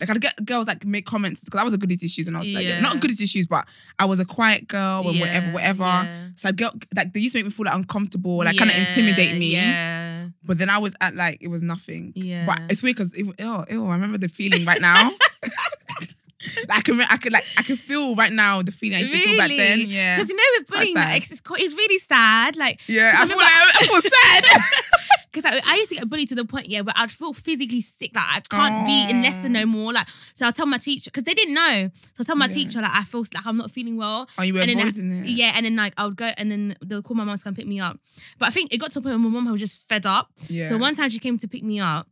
[SPEAKER 3] like I'd get girls like make comments because I was a goody two shoes and I was like
[SPEAKER 4] Yeah.
[SPEAKER 3] not goody two shoes, but I was a quiet girl Oh, and
[SPEAKER 4] Yeah,
[SPEAKER 3] whatever, whatever.
[SPEAKER 4] yeah.
[SPEAKER 3] So I get like they used to make me feel like uncomfortable, like kind of
[SPEAKER 4] Yeah,
[SPEAKER 3] intimidate me.
[SPEAKER 4] Yeah.
[SPEAKER 3] But then I was at like it was nothing.
[SPEAKER 4] Yeah.
[SPEAKER 3] But it's weird because ew, ew, ew, I remember the feeling right now. like I can, re- I could like I could feel right now the feeling I used to feel back then. Yeah.
[SPEAKER 4] Because you know with
[SPEAKER 3] quite
[SPEAKER 4] bullying,
[SPEAKER 3] sad.
[SPEAKER 4] like, it's, quite- it's really sad. Like,
[SPEAKER 3] Yeah, I feel like
[SPEAKER 4] remember-
[SPEAKER 3] I feel sad.
[SPEAKER 4] Because I, I used to get bullied to the point, yeah, where I'd feel physically sick. Like I can't be in
[SPEAKER 3] Oh.
[SPEAKER 4] lesson no more. Like so, I'll tell my teacher because they didn't know. So I'll tell my
[SPEAKER 3] Yeah.
[SPEAKER 4] teacher like I feel like I'm not feeling well.
[SPEAKER 3] oh, you were
[SPEAKER 4] And then I-
[SPEAKER 3] avoiding it.
[SPEAKER 4] Yeah, and then like I would go, and then they'll call my mum to come pick me up. But I think it got to a point where my mum was just fed up.
[SPEAKER 3] Yeah.
[SPEAKER 4] So one time she came to pick me up.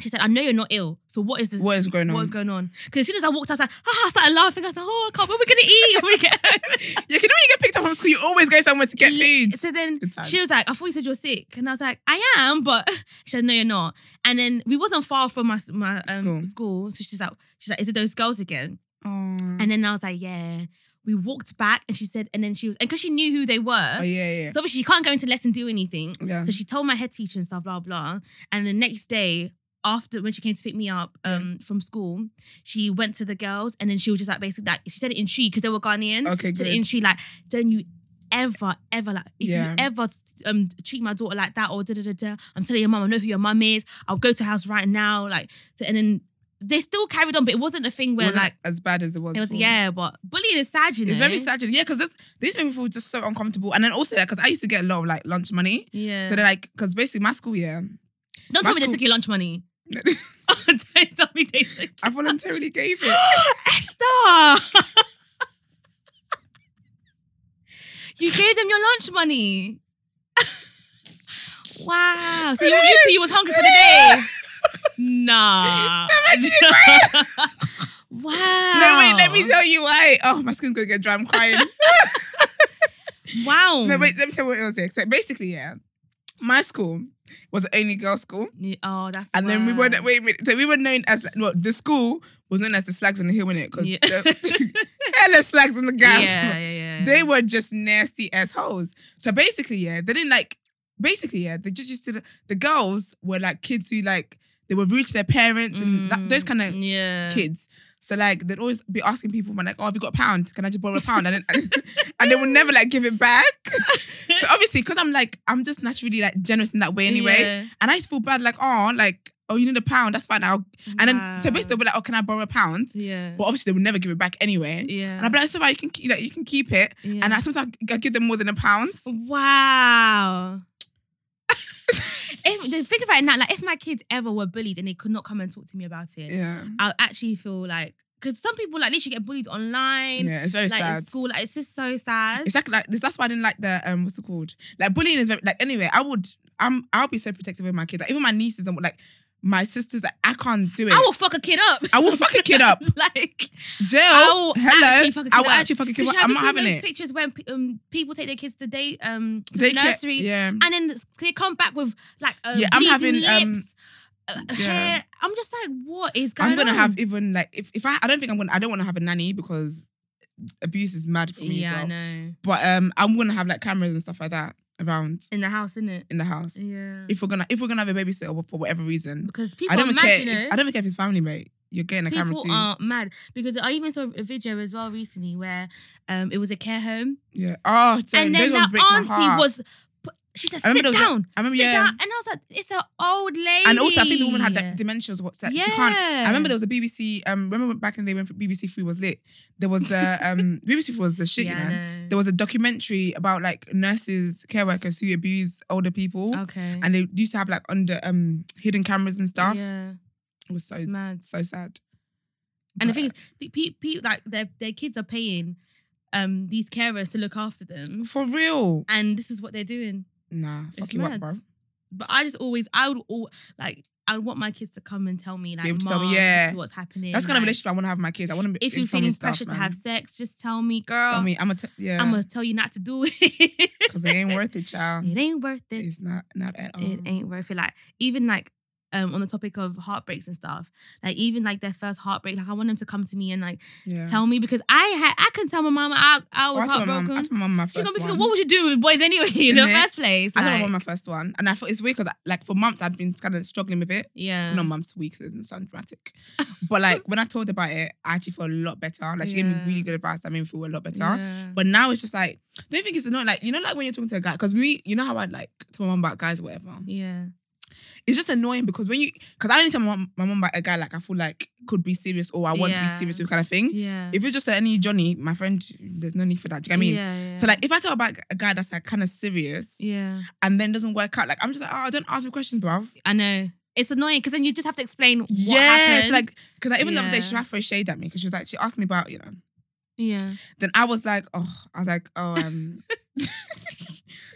[SPEAKER 4] She said, "I know you're not ill. So what is this?
[SPEAKER 3] What is going on?
[SPEAKER 4] What is going on? Because as soon as I walked outside, I started laughing. I was like, "Oh, I can't. What are we gonna eat? When we get home?"
[SPEAKER 3] Yeah, you know when you get picked up from school, you always go somewhere to get
[SPEAKER 4] Li-
[SPEAKER 3] food.
[SPEAKER 4] So then
[SPEAKER 3] Good times.
[SPEAKER 4] she was like, I thought you said you're sick. And I was like, I am, but she said, No, you're not. And then we wasn't far from my my um, school.
[SPEAKER 3] School.
[SPEAKER 4] So she's like, she's like, Is it those girls again?
[SPEAKER 3] Oh,
[SPEAKER 4] And uh, then I was like, Yeah. We walked back and she said, and then she was, and because she knew who they were.
[SPEAKER 3] oh yeah, yeah.
[SPEAKER 4] So obviously she can't go into lesson do anything.
[SPEAKER 3] Yeah.
[SPEAKER 4] So she told my head teacher and stuff, blah blah. And the next day, after when she came to pick me up um, from school, she went to the girls and then she was just like basically like she said it in tree because they were Ghanaian.
[SPEAKER 3] Okay,
[SPEAKER 4] So
[SPEAKER 3] good.
[SPEAKER 4] in tree like, don't you ever ever like if
[SPEAKER 3] Yeah.
[SPEAKER 4] you ever um treat my daughter like that or da da da da. I'm telling your mum I know who your mum is. I'll go to her house right now. Like and then they still carried on, but it wasn't a thing where
[SPEAKER 3] wasn't
[SPEAKER 4] like
[SPEAKER 3] as bad as it was.
[SPEAKER 4] it was
[SPEAKER 3] before.
[SPEAKER 4] yeah, but bullying is sad, you know.
[SPEAKER 3] It's very sad. Yeah, because this these made me feel just so uncomfortable. And then also because I used to get a lot of like lunch money.
[SPEAKER 4] Yeah.
[SPEAKER 3] So they're like, because basically my school year,
[SPEAKER 4] Don't
[SPEAKER 3] my
[SPEAKER 4] tell me they
[SPEAKER 3] school-
[SPEAKER 4] took your lunch money. Don't tell me they took.
[SPEAKER 3] I voluntarily gave it.
[SPEAKER 4] Esther! you gave them your lunch money. wow. So you, you two, you was hungry for the day. Nah.
[SPEAKER 3] Imagine it,
[SPEAKER 4] Wow.
[SPEAKER 3] No, wait, let me tell you why. Oh, my skin's gonna get dry. I'm crying.
[SPEAKER 4] Wow.
[SPEAKER 3] no, wait, let me tell you what it was. Except basically, yeah, my school was the only girls' school.
[SPEAKER 4] Ne- Oh, that's
[SPEAKER 3] And then we
[SPEAKER 4] wow.
[SPEAKER 3] were wait a minute. So we were known as like, well, the school was known as the slags on the hill, innit? Because
[SPEAKER 4] Yeah.
[SPEAKER 3] the hella slags on the gap.
[SPEAKER 4] yeah, yeah, yeah.
[SPEAKER 3] They were just nasty assholes. So basically, yeah, they didn't like. Basically, yeah, they just used to. The girls were like kids who like they were rude to their parents and that, those kind of
[SPEAKER 4] Mm. yeah.
[SPEAKER 3] kids. So like they'd always be asking people, man, like, oh, have you got a pound? Can I just borrow a pound? And then, and they would never like give it back. so obviously, because I'm like, I'm just naturally like generous in that way anyway.
[SPEAKER 4] Yeah.
[SPEAKER 3] And I used to feel bad, like, oh, like, oh, you need a pound, that's fine. I'll and then so basically they'll be like, oh, can I borrow a pound?
[SPEAKER 4] Yeah.
[SPEAKER 3] But obviously they would never give it back anyway.
[SPEAKER 4] Yeah.
[SPEAKER 3] And I'd be like, so right, you can keep like, you can keep it.
[SPEAKER 4] yeah. Oh,
[SPEAKER 3] And I sometimes I give them more than a pound.
[SPEAKER 4] Wow. if the- think about it now, like if my kids ever were bullied and they could not come and talk to me about it,
[SPEAKER 3] Yeah.
[SPEAKER 4] I'll actually feel like because some people like literally get bullied online,
[SPEAKER 3] Yeah, it's very
[SPEAKER 4] like
[SPEAKER 3] sad.
[SPEAKER 4] in school, like it's just so sad.
[SPEAKER 3] It's like, like this, that's why I didn't like the um what's it called? Like bullying is very, like anyway, I would I'm I'll be so protective of my kids. Like even my nieces and like my sisters, like I can't do it.
[SPEAKER 4] I will fuck a kid up.
[SPEAKER 3] I will fuck a kid up.
[SPEAKER 4] like
[SPEAKER 3] Jail.
[SPEAKER 4] I will
[SPEAKER 3] hello.
[SPEAKER 4] actually fuck a kid
[SPEAKER 3] I will
[SPEAKER 4] up.
[SPEAKER 3] actually fuck a kid
[SPEAKER 4] Because
[SPEAKER 3] up.
[SPEAKER 4] you
[SPEAKER 3] I'm
[SPEAKER 4] haven't
[SPEAKER 3] not
[SPEAKER 4] seen
[SPEAKER 3] having
[SPEAKER 4] those
[SPEAKER 3] it.
[SPEAKER 4] Pictures when pe- um, people take their kids to day um to
[SPEAKER 3] Daycare,
[SPEAKER 4] the nursery,
[SPEAKER 3] Yeah.
[SPEAKER 4] and then they come back with like um,
[SPEAKER 3] Yeah, I'm
[SPEAKER 4] bleeding
[SPEAKER 3] having, um,
[SPEAKER 4] lips, uh,
[SPEAKER 3] yeah.
[SPEAKER 4] hair. I'm just like, what is going
[SPEAKER 3] I'm gonna
[SPEAKER 4] on?
[SPEAKER 3] have even like if, if I I don't think I'm gonna I don't wanna have a nanny because abuse is mad for me
[SPEAKER 4] yeah,
[SPEAKER 3] as
[SPEAKER 4] I
[SPEAKER 3] well.
[SPEAKER 4] know.
[SPEAKER 3] But um I'm gonna have like cameras and stuff like that around
[SPEAKER 4] In the house, isn't it?
[SPEAKER 3] in the house.
[SPEAKER 4] Yeah.
[SPEAKER 3] If we're gonna if we're gonna have a babysitter for whatever reason.
[SPEAKER 4] because
[SPEAKER 3] I
[SPEAKER 4] people
[SPEAKER 3] don't
[SPEAKER 4] are
[SPEAKER 3] even
[SPEAKER 4] mad,
[SPEAKER 3] care
[SPEAKER 4] you
[SPEAKER 3] if,
[SPEAKER 4] know.
[SPEAKER 3] I don't even care if it's family, mate. You're getting a camera
[SPEAKER 4] People
[SPEAKER 3] too.
[SPEAKER 4] are mad because I even saw a video as well recently where um it was a care home
[SPEAKER 3] yeah. Oh,
[SPEAKER 4] and
[SPEAKER 3] those ones
[SPEAKER 4] then that
[SPEAKER 3] break my
[SPEAKER 4] auntie
[SPEAKER 3] heart.
[SPEAKER 4] was pu- she said
[SPEAKER 3] I remember there was
[SPEAKER 4] sit
[SPEAKER 3] a-
[SPEAKER 4] down
[SPEAKER 3] I remember,
[SPEAKER 4] sit
[SPEAKER 3] yeah.
[SPEAKER 4] down and I was like it's an old lady
[SPEAKER 3] And also, I think the woman had like dementia or what's that? She can't. I
[SPEAKER 4] Yeah.
[SPEAKER 3] remember there was a BBC. Um, remember back in the day when BBC Three was lit, there was a um BBC Three was the shit,
[SPEAKER 4] Yeah, I
[SPEAKER 3] you know.
[SPEAKER 4] know.
[SPEAKER 3] There was a documentary about like nurses, care workers who abuse older people,
[SPEAKER 4] okay
[SPEAKER 3] and they used to have like under um hidden cameras and stuff.
[SPEAKER 4] yeah
[SPEAKER 3] It was so
[SPEAKER 4] it's mad
[SPEAKER 3] so sad.
[SPEAKER 4] and the thing is pe- pe- pe- like their their kids are paying um these carers to look after them
[SPEAKER 3] For real,
[SPEAKER 4] and this is what they're doing
[SPEAKER 3] nah, fuck
[SPEAKER 4] It's
[SPEAKER 3] you up,
[SPEAKER 4] mad.
[SPEAKER 3] bro.
[SPEAKER 4] but I just always I would all like I would want my kids to come and tell me like
[SPEAKER 3] able to
[SPEAKER 4] Mom,
[SPEAKER 3] tell me,
[SPEAKER 4] this
[SPEAKER 3] yeah.
[SPEAKER 4] is what's happening
[SPEAKER 3] That's the kind of
[SPEAKER 4] like,
[SPEAKER 3] relationship I want to have with my kids. I want to.
[SPEAKER 4] if you're feeling pressure to have sex, just tell me, girl.
[SPEAKER 3] tell me, I'm a t- yeah,
[SPEAKER 4] I'm gonna tell you not to do it.
[SPEAKER 3] because it ain't worth it, child.
[SPEAKER 4] it ain't worth it.
[SPEAKER 3] It's um not not at all.
[SPEAKER 4] It ain't worth it. Like even like um on the topic of heartbreaks and stuff, like even like their first heartbreak, like I want them to come to me and like
[SPEAKER 3] yeah.
[SPEAKER 4] tell me because I had I can tell my mama I, I
[SPEAKER 3] Oh,
[SPEAKER 4] was
[SPEAKER 3] I told my mum- I
[SPEAKER 4] heartbroken.
[SPEAKER 3] told my mum my
[SPEAKER 4] She's
[SPEAKER 3] first
[SPEAKER 4] gonna be
[SPEAKER 3] one.
[SPEAKER 4] thinking, what would you do with boys anyway in the
[SPEAKER 3] Isn't it?
[SPEAKER 4] first place?
[SPEAKER 3] I don't
[SPEAKER 4] Like,
[SPEAKER 3] remember my first one, and I thought it's weird because like for months I'd been kind of struggling with it.
[SPEAKER 4] yeah.
[SPEAKER 3] You know, mum's weeks and sound dramatic, but like when I told her about it, I actually felt a lot better. Like she gave me
[SPEAKER 4] Yeah.
[SPEAKER 3] really good advice that made me feel a lot better.
[SPEAKER 4] yeah.
[SPEAKER 3] But now it's just like don't think it's not like you know like when you're talking to a guy because me you know how I like tell my mum about guys or whatever.
[SPEAKER 4] Yeah.
[SPEAKER 3] It's just annoying because when you because I only tell my mum, my mum about a guy like I feel like could be serious or I want to be
[SPEAKER 4] Yeah.
[SPEAKER 3] serious with kind of thing.
[SPEAKER 4] Yeah.
[SPEAKER 3] If it's just any Johnny, my friend, there's no need for that. Do you get what I mean?
[SPEAKER 4] yeah, yeah.
[SPEAKER 3] So like if I tell about a guy that's like kind of serious,
[SPEAKER 4] yeah.
[SPEAKER 3] and then doesn't work out. Like I'm just like, oh, don't ask me questions, bruv.
[SPEAKER 4] I know. It's annoying because then you just have to explain what
[SPEAKER 3] Yes,
[SPEAKER 4] happened.
[SPEAKER 3] like because like, even the other day she tried
[SPEAKER 4] Yeah.
[SPEAKER 3] to throw shade at me because she was like, she asked me about you know.
[SPEAKER 4] yeah.
[SPEAKER 3] Then I was like, oh, I was like, oh, um,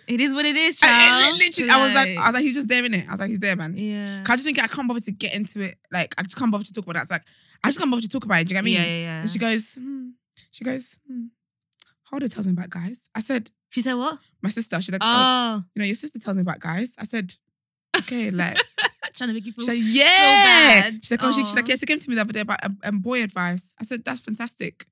[SPEAKER 4] It is what it is,
[SPEAKER 3] I,
[SPEAKER 4] child.
[SPEAKER 3] it literally, I was like, I was like, he's just there in it. I was like, he's there, man.
[SPEAKER 4] yeah.
[SPEAKER 3] 'Cause I just think I can't bother to get into it. Like I just can't bother to talk about that. It's like I just can't bother to talk about it. Do you get what I mean?
[SPEAKER 4] yeah, yeah, yeah.
[SPEAKER 3] And she goes, hmm. she goes, hmm. how do tells me about guys? I said,
[SPEAKER 4] She said what?
[SPEAKER 3] my sister. She's like, oh.
[SPEAKER 4] Oh,
[SPEAKER 3] you know, your sister tells me about guys. I said, okay, like.
[SPEAKER 4] trying to make you feel.
[SPEAKER 3] She's like, yeah.
[SPEAKER 4] bad.
[SPEAKER 3] She's like, oh, she, she's like,
[SPEAKER 4] Aw.
[SPEAKER 3] yes, it came to me the other day about um, um, boy advice. I said, that's fantastic.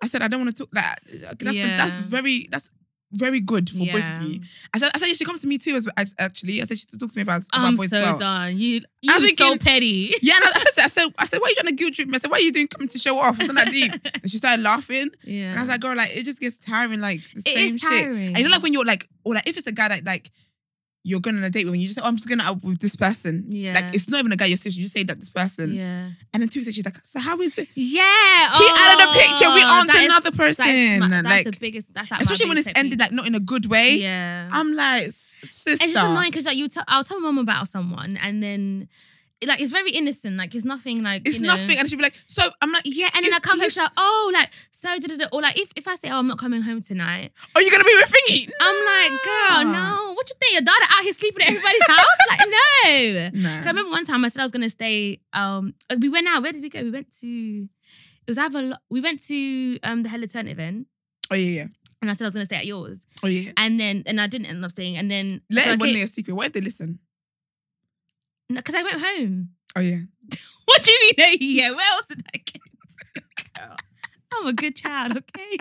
[SPEAKER 3] I said, I don't want to talk that. That's, fan- that's
[SPEAKER 4] Yeah.
[SPEAKER 3] very, that's very good for
[SPEAKER 4] yeah.
[SPEAKER 3] both of you. I said, I said, yeah, she comes to me too, as, as- actually. I said, she talks to me about, about
[SPEAKER 4] I'm
[SPEAKER 3] boys
[SPEAKER 4] so
[SPEAKER 3] as well.
[SPEAKER 4] done. You,
[SPEAKER 3] I
[SPEAKER 4] you
[SPEAKER 3] was
[SPEAKER 4] so
[SPEAKER 3] thinking-
[SPEAKER 4] petty.
[SPEAKER 3] Yeah, and I, I said, I said, I said, why are you trying to guilt trip me? I said, why are you doing coming to show off? It's not that deep. And she started laughing.
[SPEAKER 4] Yeah.
[SPEAKER 3] And I was like, girl, like it just gets tiring, like the
[SPEAKER 4] It
[SPEAKER 3] same
[SPEAKER 4] is
[SPEAKER 3] shit. And you know,
[SPEAKER 4] tiring.
[SPEAKER 3] like when you're like, or like if it's a guy that like you're going on a date with, and you just say, oh, I'm just going out with this person.
[SPEAKER 4] Yeah.
[SPEAKER 3] Like, it's not even a guy you're serious, you just say that this person.
[SPEAKER 4] Yeah.
[SPEAKER 3] And then two weeks later, she's like, so how is it?
[SPEAKER 4] Yeah.
[SPEAKER 3] He added a picture, we
[SPEAKER 4] oh,
[SPEAKER 3] on to
[SPEAKER 4] that is-
[SPEAKER 3] another
[SPEAKER 4] That is, my-
[SPEAKER 3] person.
[SPEAKER 4] that's
[SPEAKER 3] like,
[SPEAKER 4] the biggest. That's like my
[SPEAKER 3] especially when
[SPEAKER 4] biggest
[SPEAKER 3] it's
[SPEAKER 4] pet
[SPEAKER 3] ended
[SPEAKER 4] peeve.
[SPEAKER 3] like not in a good way.
[SPEAKER 4] Yeah.
[SPEAKER 3] I'm like, "S- sister.
[SPEAKER 4] it's just annoying because like you, tell, I'll tell my mum about someone, and then it, like it's very innocent. Like it's nothing. Like
[SPEAKER 3] It's
[SPEAKER 4] you know.
[SPEAKER 3] nothing. And she'd be like, so I'm like,
[SPEAKER 4] Yeah, and then
[SPEAKER 3] It's
[SPEAKER 4] I come home,
[SPEAKER 3] lit-
[SPEAKER 4] she's like, oh, like so, da, da, da. or like if, if I say, oh, I'm not coming home tonight,
[SPEAKER 3] are you going to be with thingy?
[SPEAKER 4] I'm like, girl, no, what you think? Your daughter out here sleeping at everybody's house? Like, no.
[SPEAKER 3] Nah.
[SPEAKER 4] 'Cause I remember one time I said I was gonna stay. Um, we went out. Where did we go? We went to. It was either lo- we went to um the Hella Turn event,
[SPEAKER 3] Oh, yeah, yeah.
[SPEAKER 4] and I said I was gonna stay at yours,
[SPEAKER 3] Oh, yeah.
[SPEAKER 4] and then and I didn't end up staying, and then
[SPEAKER 3] Let
[SPEAKER 4] so
[SPEAKER 3] it
[SPEAKER 4] I
[SPEAKER 3] be a secret. What if they listen?
[SPEAKER 4] because I went home.
[SPEAKER 3] Oh, yeah.
[SPEAKER 4] What do you mean? eh, Yeah, where else did I get? Girl, I'm a good child, okay.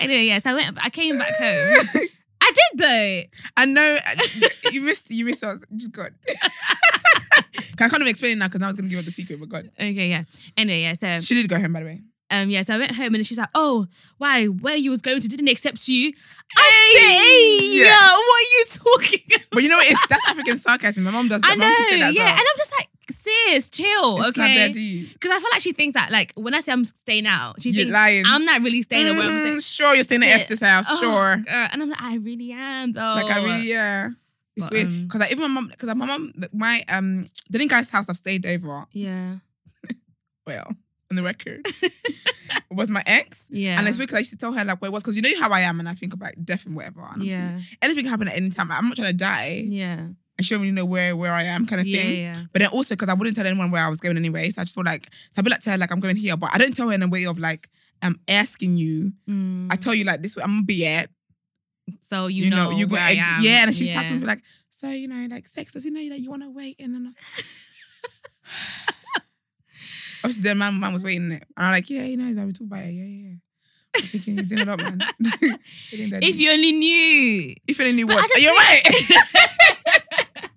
[SPEAKER 4] anyway, yes, I went. I came back home. I did though.
[SPEAKER 3] I know uh, you missed you missed us. Just God. I can't even explain it now because I was gonna give up the secret, but God.
[SPEAKER 4] Okay, yeah. Anyway, yeah. So
[SPEAKER 3] She did go home by the way.
[SPEAKER 4] Um, yeah, so I went home and she's like, "Oh, why? Where you was going to? Didn't they accept you?" I said, "Hey,
[SPEAKER 3] Yeah.
[SPEAKER 4] yeah, what are you talking? About?
[SPEAKER 3] But you know what? It's, that's African sarcasm. My mom does that.
[SPEAKER 4] I
[SPEAKER 3] My mom can say
[SPEAKER 4] know, yeah."
[SPEAKER 3] that
[SPEAKER 4] And I'm just like, "Sis, chill,
[SPEAKER 3] As well. It's not
[SPEAKER 4] okay?"
[SPEAKER 3] bad, do you?
[SPEAKER 4] Because I feel like she thinks that, like, when I say I'm staying out, she
[SPEAKER 3] You're
[SPEAKER 4] thinks
[SPEAKER 3] lying.
[SPEAKER 4] I'm not really staying at where I'm staying.
[SPEAKER 3] Mm, sure, you're staying at
[SPEAKER 4] Yeah.
[SPEAKER 3] Esther's house.
[SPEAKER 4] Oh,
[SPEAKER 3] sure.
[SPEAKER 4] girl. and I'm like, I really am though.
[SPEAKER 3] Like I really, yeah. It's
[SPEAKER 4] But,
[SPEAKER 3] weird
[SPEAKER 4] um,
[SPEAKER 3] because like, even my mom, because my mom, my um, the link guy's house I've stayed over.
[SPEAKER 4] yeah,
[SPEAKER 3] Well, on the record, was my ex.
[SPEAKER 4] yeah,
[SPEAKER 3] And it's weird because I used to tell her like where it was because you know how I am and I think about death and whatever. And I'm just
[SPEAKER 4] yeah,
[SPEAKER 3] like, anything can happen at any time. I'm not trying to die.
[SPEAKER 4] yeah,
[SPEAKER 3] and she don't really know where where I am kind
[SPEAKER 4] yeah,
[SPEAKER 3] of thing.
[SPEAKER 4] yeah,
[SPEAKER 3] But then also because I wouldn't tell anyone where I was going anyway, so I just feel like so I'd be like to her like I'm going here, but I don't tell her in a way of like I'm asking you.
[SPEAKER 4] Mm.
[SPEAKER 3] I tell you like this, way I'm gonna be at.
[SPEAKER 4] so you, know,
[SPEAKER 3] you
[SPEAKER 4] where
[SPEAKER 3] got
[SPEAKER 4] I
[SPEAKER 3] egg-
[SPEAKER 4] am.
[SPEAKER 3] yeah, and she
[SPEAKER 4] yeah.
[SPEAKER 3] taps me and be like, so you know like sex does you know that you want to wait and then. I- Obviously, then my mum was waiting it, and I'm like, yeah, you know, like, we talk about it, yeah, yeah. yeah. I'm thinking you're doing it up, man.
[SPEAKER 4] If you only knew.
[SPEAKER 3] if you knew
[SPEAKER 4] But I
[SPEAKER 3] what,
[SPEAKER 4] just
[SPEAKER 3] you're right.
[SPEAKER 4] But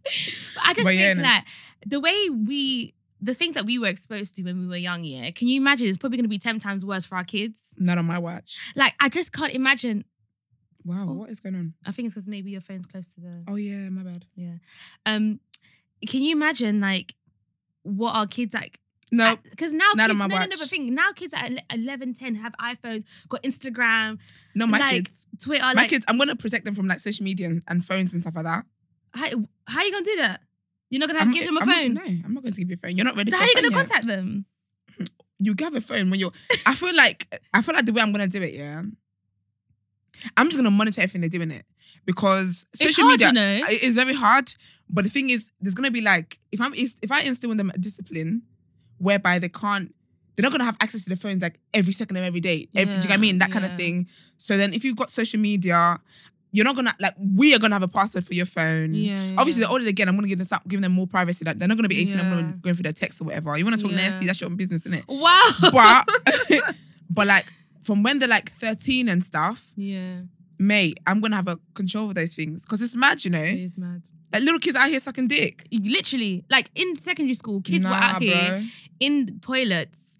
[SPEAKER 4] I just
[SPEAKER 3] But yeah,
[SPEAKER 4] think
[SPEAKER 3] no.
[SPEAKER 4] that the way we, the things that we were exposed to when we were young, yeah, can you imagine? It's probably going to be 10 times worse for our kids.
[SPEAKER 3] Not on my watch.
[SPEAKER 4] Like, I just can't imagine.
[SPEAKER 3] Wow,
[SPEAKER 4] Oh.
[SPEAKER 3] what is going on?
[SPEAKER 4] I think it's because maybe your phone's close to the.
[SPEAKER 3] Oh yeah, my bad.
[SPEAKER 4] Um, Can you imagine, like, what our kids like?
[SPEAKER 3] No,
[SPEAKER 4] Because now
[SPEAKER 3] Not
[SPEAKER 4] kids,
[SPEAKER 3] on my
[SPEAKER 4] no, no, no,
[SPEAKER 3] watch.
[SPEAKER 4] but think, now kids at ele- 11, 10 have iPhones, got Instagram,
[SPEAKER 3] No, my
[SPEAKER 4] Like,
[SPEAKER 3] kids.
[SPEAKER 4] Twitter.
[SPEAKER 3] my
[SPEAKER 4] like,
[SPEAKER 3] kids, I'm gonna protect them from like social media and, and phones and stuff like that.
[SPEAKER 4] How, how are you going to do that? You're not going to
[SPEAKER 3] I'm, e,
[SPEAKER 4] give them a
[SPEAKER 3] I'm
[SPEAKER 4] phone.
[SPEAKER 3] Not, no, I'm not gonna give you a phone. You're not ready.
[SPEAKER 4] so,
[SPEAKER 3] for
[SPEAKER 4] how are
[SPEAKER 3] a
[SPEAKER 4] you going
[SPEAKER 3] phone
[SPEAKER 4] to
[SPEAKER 3] yet.
[SPEAKER 4] contact them?
[SPEAKER 3] You grab a phone when you're. I feel like I feel like the way I'm gonna do it. Yeah, I'm just gonna monitor everything they're doing it because social
[SPEAKER 4] it's hard,
[SPEAKER 3] media
[SPEAKER 4] you know.
[SPEAKER 3] it is very hard. But the thing is, there's gonna be like if I'm inst- if I instill in them a discipline whereby they can't. They're not gonna have access to the phones like every second of every day. Ev- do you know what I
[SPEAKER 4] Yeah,
[SPEAKER 3] mean? That kind
[SPEAKER 4] yeah.
[SPEAKER 3] of thing. So then, if you've got social media, you're not gonna like we are gonna have a password for your phone.
[SPEAKER 4] yeah,
[SPEAKER 3] Obviously,
[SPEAKER 4] yeah.
[SPEAKER 3] the older they get, I'm gonna give them some- giving them more privacy. Like they're not gonna be 18 and
[SPEAKER 4] Yeah.
[SPEAKER 3] going, going through their texts or whatever. You wanna talk
[SPEAKER 4] Yeah.
[SPEAKER 3] nasty? That's your own business, isn't it?
[SPEAKER 4] Wow.
[SPEAKER 3] But but like from when they're like 13 and stuff,
[SPEAKER 4] yeah,
[SPEAKER 3] mate, I'm gonna have a control over those things because it's mad, you know.
[SPEAKER 4] it is mad. E,
[SPEAKER 3] Like little kids out here sucking dick.
[SPEAKER 4] Literally, like in secondary school, kids were
[SPEAKER 3] Nah,
[SPEAKER 4] out here
[SPEAKER 3] bro.
[SPEAKER 4] in the toilets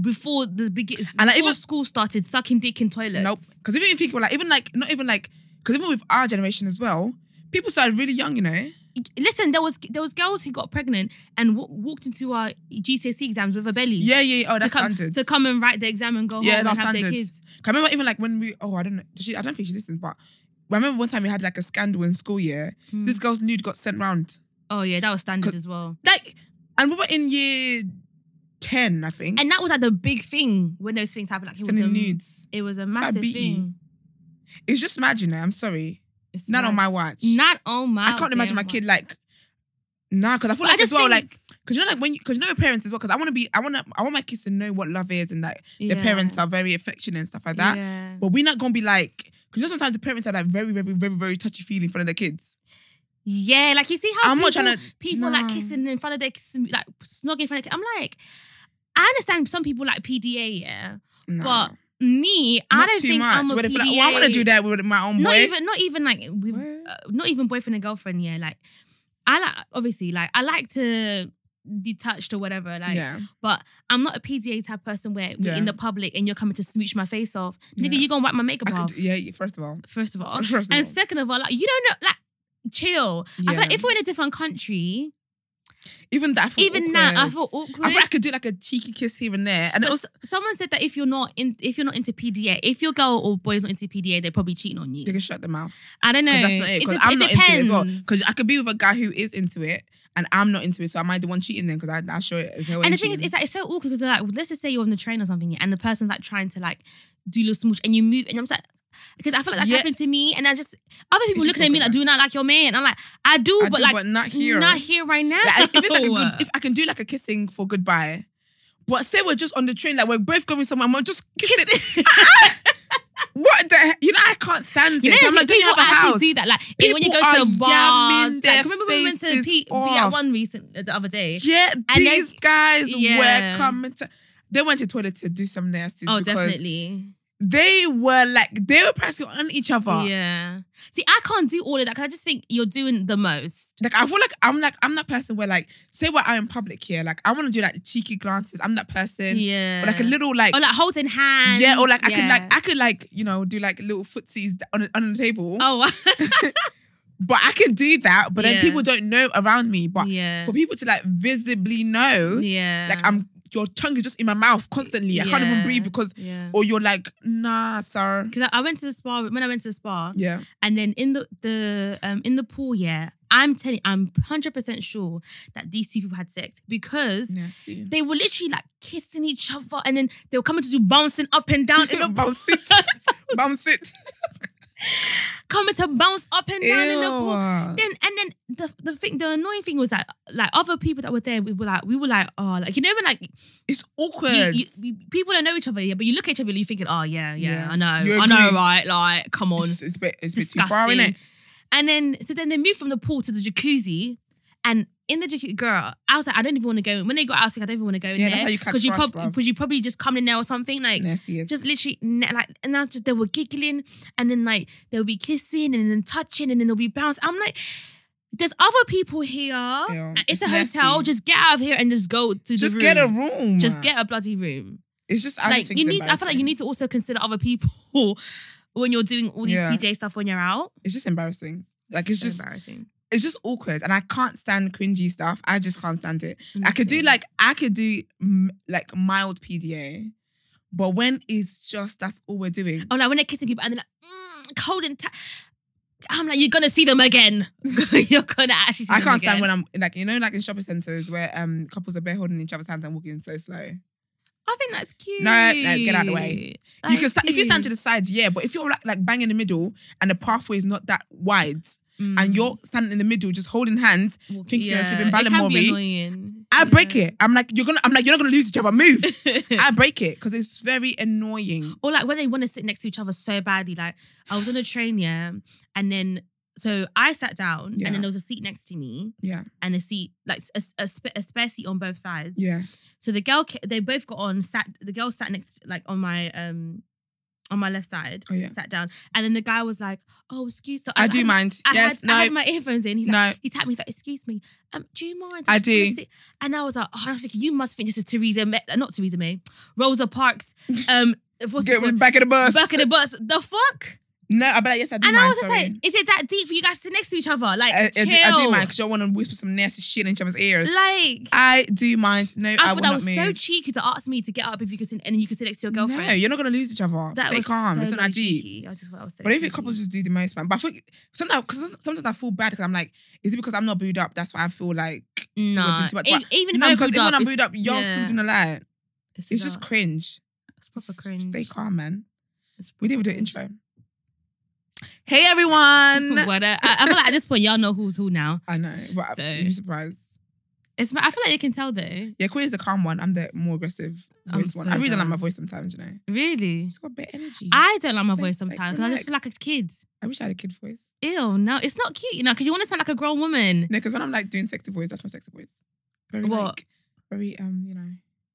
[SPEAKER 4] before the begin.
[SPEAKER 3] And,
[SPEAKER 4] And
[SPEAKER 3] like,
[SPEAKER 4] before
[SPEAKER 3] even-
[SPEAKER 4] school started sucking dick in toilets.
[SPEAKER 3] Nope. Because even if people like even like not even like because even with our generation as well, people started really young, you know.
[SPEAKER 4] E, Listen, there was there was girls who got pregnant and w- walked into our GCSE E exams with a belly.
[SPEAKER 3] Yeah, yeah. yeah. Oh,
[SPEAKER 4] to
[SPEAKER 3] that's
[SPEAKER 4] come,
[SPEAKER 3] standards.
[SPEAKER 4] to come and write the exam and go
[SPEAKER 3] Yeah,
[SPEAKER 4] home and have
[SPEAKER 3] that's
[SPEAKER 4] their
[SPEAKER 3] standards.
[SPEAKER 4] kids.
[SPEAKER 3] I remember even like when we oh I don't know she, I don't think she listens but I remember one time we had like a scandal in school year.
[SPEAKER 4] Hmm.
[SPEAKER 3] This girl's nude got sent round.
[SPEAKER 4] Oh yeah, that was standard as well.
[SPEAKER 3] Like, and we were in year ten, I think.
[SPEAKER 4] And that was like the big thing when those things happened. Like it was a,
[SPEAKER 3] sending nudes.
[SPEAKER 4] It was a massive
[SPEAKER 3] BE.
[SPEAKER 4] thing.
[SPEAKER 3] It's just mad, you know. I'm sorry,
[SPEAKER 4] It's
[SPEAKER 3] not on
[SPEAKER 4] mad.
[SPEAKER 3] my watch.
[SPEAKER 4] Not on my.
[SPEAKER 3] I can't imagine my
[SPEAKER 4] damn
[SPEAKER 3] kid like. Nah, because I feel
[SPEAKER 4] But I
[SPEAKER 3] like as
[SPEAKER 4] just
[SPEAKER 3] well,
[SPEAKER 4] think-
[SPEAKER 3] like, because you know, like when you, because you know, your parents as well. Because I want to be, I want to, I want my kids to know what love is and that
[SPEAKER 4] Yeah.
[SPEAKER 3] their parents are very affectionate and stuff like that.
[SPEAKER 4] Yeah.
[SPEAKER 3] But we're not gonna be like, because you know, sometimes the parents are like very, very, very, very touchy feely in front of their kids.
[SPEAKER 4] Yeah, like you see how
[SPEAKER 3] I'm not
[SPEAKER 4] people,
[SPEAKER 3] tryna-
[SPEAKER 4] people like
[SPEAKER 3] nah.
[SPEAKER 4] kissing in front of their kiss- like snogging in front of. I'm like, I understand some people like PDA, yeah,
[SPEAKER 3] Nah.
[SPEAKER 4] but me, I
[SPEAKER 3] Not
[SPEAKER 4] don't
[SPEAKER 3] too
[SPEAKER 4] think
[SPEAKER 3] much.
[SPEAKER 4] I'm a
[SPEAKER 3] Where they
[SPEAKER 4] PDA.
[SPEAKER 3] feel like, oh, I want to do that with my own
[SPEAKER 4] Not
[SPEAKER 3] boy.
[SPEAKER 4] even, not even like with,
[SPEAKER 3] Where?
[SPEAKER 4] uh, not even boyfriend and girlfriend. Yeah, like I like obviously like I like to be touched or whatever. Like,
[SPEAKER 3] yeah.
[SPEAKER 4] but I'm not a PDA type person where we're
[SPEAKER 3] Yeah.
[SPEAKER 4] in the public and you're coming to smooch my face off, nigga.
[SPEAKER 3] Yeah.
[SPEAKER 4] You gonna wipe my
[SPEAKER 3] I
[SPEAKER 4] makeup
[SPEAKER 3] could,
[SPEAKER 4] off
[SPEAKER 3] yeah, yeah, first of all.
[SPEAKER 4] first of all.
[SPEAKER 3] First of
[SPEAKER 4] and
[SPEAKER 3] all.
[SPEAKER 4] second of all, like you don't know, like chill. I feel
[SPEAKER 3] Yeah.
[SPEAKER 4] like if we're in a different country,
[SPEAKER 3] Even that, I feel
[SPEAKER 4] even now I
[SPEAKER 3] awkward.
[SPEAKER 4] feel awkward.
[SPEAKER 3] I feel I could do like a cheeky kiss here and there, and
[SPEAKER 4] But
[SPEAKER 3] also
[SPEAKER 4] s- someone said that if you're not in, if you're not into PDA, if your girl or boy's not into PDA, they're probably cheating on you.
[SPEAKER 3] they can shut the mouth.
[SPEAKER 4] I don't know.
[SPEAKER 3] Because that's not it. Because
[SPEAKER 4] de-
[SPEAKER 3] I'm not into it as well.
[SPEAKER 4] depends.
[SPEAKER 3] Because I could be with a guy who is into it, and I'm not into it. So am I the one cheating then? Because I, I show it as hell.
[SPEAKER 4] and the thing is, it's like it's so awkward because like let's just say you're on the train or something, and the person's like trying to like do little smooch, and you move, and I'm just like. Because I feel like that's
[SPEAKER 3] Yeah.
[SPEAKER 4] happened to me, and I just other people
[SPEAKER 3] It's just
[SPEAKER 4] looking at me like,
[SPEAKER 3] awkward.
[SPEAKER 4] "Do not like your man." I'm like, "I do,
[SPEAKER 3] I
[SPEAKER 4] but
[SPEAKER 3] do,
[SPEAKER 4] like,
[SPEAKER 3] but not here.
[SPEAKER 4] not here right now."
[SPEAKER 3] Like, if it's like a good, if I can do like a kissing for goodbye, but say we're just on the train, like we're both going somewhere, and we're just kissing. what the? he- You know, I can't stand
[SPEAKER 4] you know,
[SPEAKER 3] it. I'm
[SPEAKER 4] people
[SPEAKER 3] like, don't you have a
[SPEAKER 4] actually
[SPEAKER 3] house?
[SPEAKER 4] do that. Like, even when you go
[SPEAKER 3] People
[SPEAKER 4] to
[SPEAKER 3] are
[SPEAKER 4] a
[SPEAKER 3] yamming
[SPEAKER 4] bar,
[SPEAKER 3] their
[SPEAKER 4] like, remember when we went to
[SPEAKER 3] faces
[SPEAKER 4] P-
[SPEAKER 3] off.
[SPEAKER 4] one recent uh, the other day?
[SPEAKER 3] Yeah,
[SPEAKER 4] And then-
[SPEAKER 3] these guys
[SPEAKER 4] Yeah.
[SPEAKER 3] were coming to. They went to toilet to do some nasties
[SPEAKER 4] Oh,
[SPEAKER 3] because
[SPEAKER 4] definitely.
[SPEAKER 3] they were like they were practically on each other.
[SPEAKER 4] Yeah. See, I can't do all of that because I just think you're doing the most.
[SPEAKER 3] Like I feel like I'm like I'm that person where like say we're out in public here, like I want to do like cheeky glances. I'm that person.
[SPEAKER 4] Yeah.
[SPEAKER 3] Or like a little like,
[SPEAKER 4] or like holding hands.
[SPEAKER 3] yeah, or like I
[SPEAKER 4] yeah.
[SPEAKER 3] could like I could like you know do like little footsies on a- on the table.
[SPEAKER 4] oh,
[SPEAKER 3] But I can do that. But
[SPEAKER 4] Yeah.
[SPEAKER 3] then people don't know around me. But
[SPEAKER 4] yeah.
[SPEAKER 3] for people to like visibly know,
[SPEAKER 4] yeah.
[SPEAKER 3] like I'm your tongue is just in my mouth constantly. I can't even
[SPEAKER 4] Yeah.
[SPEAKER 3] breathe because
[SPEAKER 4] Yeah.
[SPEAKER 3] or you're like nah sir.
[SPEAKER 4] Because I I went to the spa when I went to the spa,
[SPEAKER 3] Yeah.
[SPEAKER 4] and then in the the um in the pool, yeah, I'm telling, I'm hundred percent sure that these two people had sex because
[SPEAKER 3] Nasty.
[SPEAKER 4] they were literally like kissing each other, and then they were coming to do bouncing up and down in the
[SPEAKER 3] Bounce it. Bounce it.
[SPEAKER 4] coming to bounce up and down in the pool.
[SPEAKER 3] Ew.
[SPEAKER 4] then and then the the thing the annoying thing was that like other people that were there we were like we were like oh like you know when like you-
[SPEAKER 3] It's awkward.
[SPEAKER 4] you, you- people don't know each other yeah but you look at each other and you're thinking oh yeah yeah,
[SPEAKER 3] Yeah.
[SPEAKER 4] I know
[SPEAKER 3] You
[SPEAKER 4] I know
[SPEAKER 3] agree.
[SPEAKER 4] right like come on
[SPEAKER 3] It's, it's a bit, it's a bit too
[SPEAKER 4] disgusting
[SPEAKER 3] far, is it?
[SPEAKER 4] and then so then they moved from the pool to the jacuzzi and in the jacuzzi girl I was like I don't even want to go in. when they got out I was like I don't even want to go in
[SPEAKER 3] Yeah,
[SPEAKER 4] there
[SPEAKER 3] that's how you catch
[SPEAKER 4] you
[SPEAKER 3] rush,
[SPEAKER 4] probably
[SPEAKER 3] bruv.
[SPEAKER 4] because you probably just come in there or something like
[SPEAKER 3] Nasty as
[SPEAKER 4] just literally ne- like and that's just they were giggling and then like they'll be kissing and then touching and then they'll be bouncing. I'm like, there's other people here. Uh,
[SPEAKER 3] Ew, it's
[SPEAKER 4] it's, a hotel.
[SPEAKER 3] messy.
[SPEAKER 4] Just get out of here and just go to the
[SPEAKER 3] Just get a
[SPEAKER 4] room.
[SPEAKER 3] room.
[SPEAKER 4] Just get a bloody room.
[SPEAKER 3] It's just I just
[SPEAKER 4] like
[SPEAKER 3] think
[SPEAKER 4] you
[SPEAKER 3] it's
[SPEAKER 4] need. I feel like you
[SPEAKER 3] embarrassing.
[SPEAKER 4] need to also consider other people when you're doing all these
[SPEAKER 3] Yeah.
[SPEAKER 4] PJ stuff when you're out.
[SPEAKER 3] It's just embarrassing. Like it's
[SPEAKER 4] so
[SPEAKER 3] just
[SPEAKER 4] embarrassing.
[SPEAKER 3] it's just awkward, and I can't stand cringy stuff. I just can't stand it. I could do like I could do mm, like mild PDA, but when it's just that's all we're doing.
[SPEAKER 4] Oh, like when they're kissing you, and then like, mm, cold and tight. I'm like, you're gonna see them again. you're gonna actually. see
[SPEAKER 3] I
[SPEAKER 4] them
[SPEAKER 3] can't
[SPEAKER 4] again.
[SPEAKER 3] stand when I'm like you know like in shopping centers where um couples are bare holding each other's hands and walking so slow.
[SPEAKER 4] I think that's cute.
[SPEAKER 3] No, no, get out the way.
[SPEAKER 4] That's
[SPEAKER 3] you can sta- if you stand to
[SPEAKER 4] cute.
[SPEAKER 3] the sides, yeah, but if you're like, like bang in the middle and the pathway is not that wide and
[SPEAKER 4] Mm.
[SPEAKER 3] you're standing in the middle just holding hands,
[SPEAKER 4] Well,
[SPEAKER 3] thinking you're flipping
[SPEAKER 4] Mm. it can be
[SPEAKER 3] Balamori,
[SPEAKER 4] annoying.
[SPEAKER 3] I
[SPEAKER 4] Yeah.
[SPEAKER 3] break it. I'm like, you're gonna. I'm like, you're not gonna lose each other. Move. I break it because it's very annoying.
[SPEAKER 4] or like when they want to sit next to each other so badly. Like I was on a train, yeah, and then so I sat down,
[SPEAKER 3] Yeah.
[SPEAKER 4] and then there was a seat next to me,
[SPEAKER 3] Yeah.
[SPEAKER 4] and a seat like a, a, sp- a spare seat on both sides.
[SPEAKER 3] Yeah.
[SPEAKER 4] So the girl, ca- they both got on. Sat the girl sat next, like on my um. On my left side,
[SPEAKER 3] Oh, yeah.
[SPEAKER 4] sat down, and then the guy was like, "Oh, excuse." So
[SPEAKER 3] I,
[SPEAKER 4] had
[SPEAKER 3] do
[SPEAKER 4] my-
[SPEAKER 3] mind.
[SPEAKER 4] I
[SPEAKER 3] yes.
[SPEAKER 4] had,
[SPEAKER 3] no.
[SPEAKER 4] I had my earphones in. He's like,
[SPEAKER 3] no.
[SPEAKER 4] he tapped me. He's like, "Excuse me, um, do you mind?"
[SPEAKER 3] I
[SPEAKER 4] just wanna
[SPEAKER 3] do.
[SPEAKER 4] sit." And I was like, "Oh, I was thinking you must think this is Theresa, May, uh, not Theresa May, Rosa Parks." Um, what's it
[SPEAKER 3] Get
[SPEAKER 4] called?
[SPEAKER 3] with back of the bus.
[SPEAKER 4] Back of the bus. The fuck?
[SPEAKER 3] no. I bet. Yes, I do
[SPEAKER 4] And
[SPEAKER 3] mind.
[SPEAKER 4] I was just
[SPEAKER 3] sorry.
[SPEAKER 4] like, "Is it that deep for you guys to sit next to each other? Like,
[SPEAKER 3] I, I
[SPEAKER 4] chill.
[SPEAKER 3] do, I do mind because you want to whisper some nasty shit in each other's ears.
[SPEAKER 4] Like,
[SPEAKER 3] I do mind. No,
[SPEAKER 4] I,
[SPEAKER 3] I,
[SPEAKER 4] thought
[SPEAKER 3] will
[SPEAKER 4] that
[SPEAKER 3] not
[SPEAKER 4] was
[SPEAKER 3] move.
[SPEAKER 4] so cheeky to ask me to get up if you could sit and you could sit next to your girlfriend.
[SPEAKER 3] No, you're not gonna lose each other.
[SPEAKER 4] that
[SPEAKER 3] Stay
[SPEAKER 4] was
[SPEAKER 3] calm.
[SPEAKER 4] So
[SPEAKER 3] it's not
[SPEAKER 4] bloody
[SPEAKER 3] that deep.
[SPEAKER 4] cheeky. I just thought that was so.
[SPEAKER 3] But I think
[SPEAKER 4] cheeky.
[SPEAKER 3] couples just do the most, man. But I think sometimes, cause sometimes I feel bad because I'm like, is it because I'm not booed up? That's why I feel like
[SPEAKER 4] no,
[SPEAKER 3] doing too much.
[SPEAKER 4] E-
[SPEAKER 3] But
[SPEAKER 4] even if
[SPEAKER 3] no,
[SPEAKER 4] I'm
[SPEAKER 3] because
[SPEAKER 4] booed
[SPEAKER 3] even when
[SPEAKER 4] up,
[SPEAKER 3] I'm
[SPEAKER 4] it's-
[SPEAKER 3] booed up, you're
[SPEAKER 4] yeah.
[SPEAKER 3] still doing a lie. It's just
[SPEAKER 4] dark.
[SPEAKER 3] cringe.
[SPEAKER 4] It's proper
[SPEAKER 3] Just
[SPEAKER 4] cringe.
[SPEAKER 3] Stay calm, man.
[SPEAKER 4] It's
[SPEAKER 3] We didn't
[SPEAKER 4] proper
[SPEAKER 3] even do an
[SPEAKER 4] cringe.
[SPEAKER 3] intro. Hey everyone.
[SPEAKER 4] Whether I, I feel like at this point y'all know who's who now.
[SPEAKER 3] I know, but
[SPEAKER 4] So-
[SPEAKER 3] you'd be surprised.
[SPEAKER 4] It's I feel like you can tell though.
[SPEAKER 3] Yeah, Queen is the calm one. I'm the more aggressive
[SPEAKER 4] I'm
[SPEAKER 3] voice one.
[SPEAKER 4] so
[SPEAKER 3] I really don't like
[SPEAKER 4] done.
[SPEAKER 3] my voice sometimes, you know.
[SPEAKER 4] Really,
[SPEAKER 3] It's got a bit of energy. I,
[SPEAKER 4] I don't like my
[SPEAKER 3] Stay-
[SPEAKER 4] voice
[SPEAKER 3] like,
[SPEAKER 4] sometimes because I just feel like
[SPEAKER 3] relax.
[SPEAKER 4] a kid.
[SPEAKER 3] wish I had a kid voice.
[SPEAKER 4] Ew, no, it's not cute, you know, because you want to sound like a grown woman.
[SPEAKER 3] No, because when I'm like doing sexy voice, that's my sexy voice. Very
[SPEAKER 4] What?
[SPEAKER 3] like very um, you know,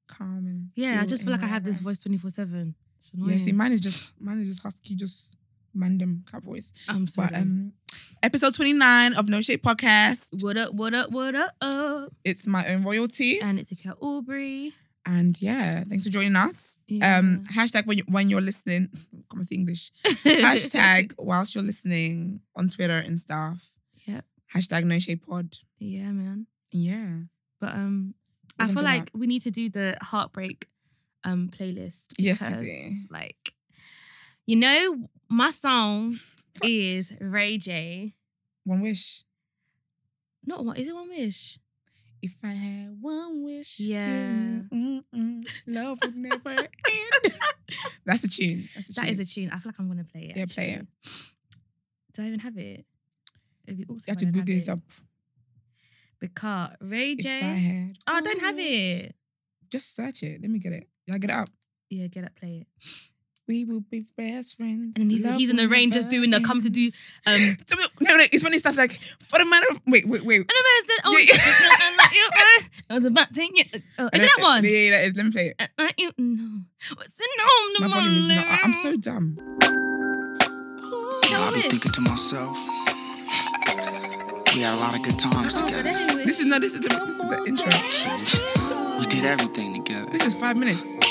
[SPEAKER 3] calm and
[SPEAKER 4] Yeah, I
[SPEAKER 3] chill
[SPEAKER 4] just feel
[SPEAKER 3] and
[SPEAKER 4] like I have this
[SPEAKER 3] whatever.
[SPEAKER 4] voice twenty four seven.
[SPEAKER 3] Yeah, see, mine is just mine is just husky, just random cat voice.
[SPEAKER 4] I'm sorry.
[SPEAKER 3] But um episode 29 of No Shape Podcast.
[SPEAKER 4] what up? What up? What up? Up?
[SPEAKER 3] It's my own royalty.
[SPEAKER 4] And it's Akira Aubrey.
[SPEAKER 3] And yeah, thanks for joining us.
[SPEAKER 4] Yeah.
[SPEAKER 3] Um, hashtag when you, when you're listening, come on, see English. Hashtag whilst you're listening on Twitter and stuff.
[SPEAKER 4] Yep.
[SPEAKER 3] Hashtag no shade pod.
[SPEAKER 4] Yeah, man.
[SPEAKER 3] Yeah.
[SPEAKER 4] But um,
[SPEAKER 3] We
[SPEAKER 4] I
[SPEAKER 3] can
[SPEAKER 4] feel
[SPEAKER 3] do
[SPEAKER 4] like we need to do the heartbreak um playlist.
[SPEAKER 3] Yes, we
[SPEAKER 4] because,
[SPEAKER 3] do.
[SPEAKER 4] Like, you know, my song is Ray J.
[SPEAKER 3] One wish.
[SPEAKER 4] Not one. Is it One Wish?
[SPEAKER 3] If I had one wish,
[SPEAKER 4] Yeah.
[SPEAKER 3] mm, mm, mm, love would never end. That's a tune. That's a
[SPEAKER 4] That
[SPEAKER 3] tune.
[SPEAKER 4] is a tune. I feel like I'm gonna play it.
[SPEAKER 3] Yeah, play it.
[SPEAKER 4] actually. Do I even have it? It'd be awesome.
[SPEAKER 3] You have
[SPEAKER 4] if
[SPEAKER 3] to
[SPEAKER 4] I didn't
[SPEAKER 3] Google it
[SPEAKER 4] have
[SPEAKER 3] up.
[SPEAKER 4] Because Ray
[SPEAKER 3] If I
[SPEAKER 4] J.
[SPEAKER 3] had
[SPEAKER 4] Oh, I
[SPEAKER 3] one
[SPEAKER 4] don't have
[SPEAKER 3] wish.
[SPEAKER 4] it.
[SPEAKER 3] Just search it. Let me get it. Y'all get it up.
[SPEAKER 4] Yeah, get up, play it.
[SPEAKER 3] We will be best friends.
[SPEAKER 4] And he's-
[SPEAKER 3] Love
[SPEAKER 4] he's in the
[SPEAKER 3] will
[SPEAKER 4] rain just
[SPEAKER 3] never
[SPEAKER 4] doing the come to do,
[SPEAKER 3] ends.
[SPEAKER 4] Um, and
[SPEAKER 3] So, no, no, it's when he starts like, for the matter of. Wait, wait, wait.
[SPEAKER 4] the man said, "Oh,
[SPEAKER 3] Yeah.
[SPEAKER 4] uh, I was about to take you." Oh, is
[SPEAKER 3] And
[SPEAKER 4] it that
[SPEAKER 3] I-
[SPEAKER 4] one?
[SPEAKER 3] Yeah, yeah, that is. Let me play it.
[SPEAKER 4] Uh, uh, you no. What's in home
[SPEAKER 3] My
[SPEAKER 4] no
[SPEAKER 3] volume is not. I- I'm so
[SPEAKER 4] more?
[SPEAKER 3] dumb.
[SPEAKER 4] No
[SPEAKER 5] I be
[SPEAKER 4] wish.
[SPEAKER 5] thinking to myself, we had a lot of good times together.
[SPEAKER 3] This is no. This is the. This is the intro.
[SPEAKER 5] We did everything together.
[SPEAKER 3] This is five minutes.
[SPEAKER 4] Girl,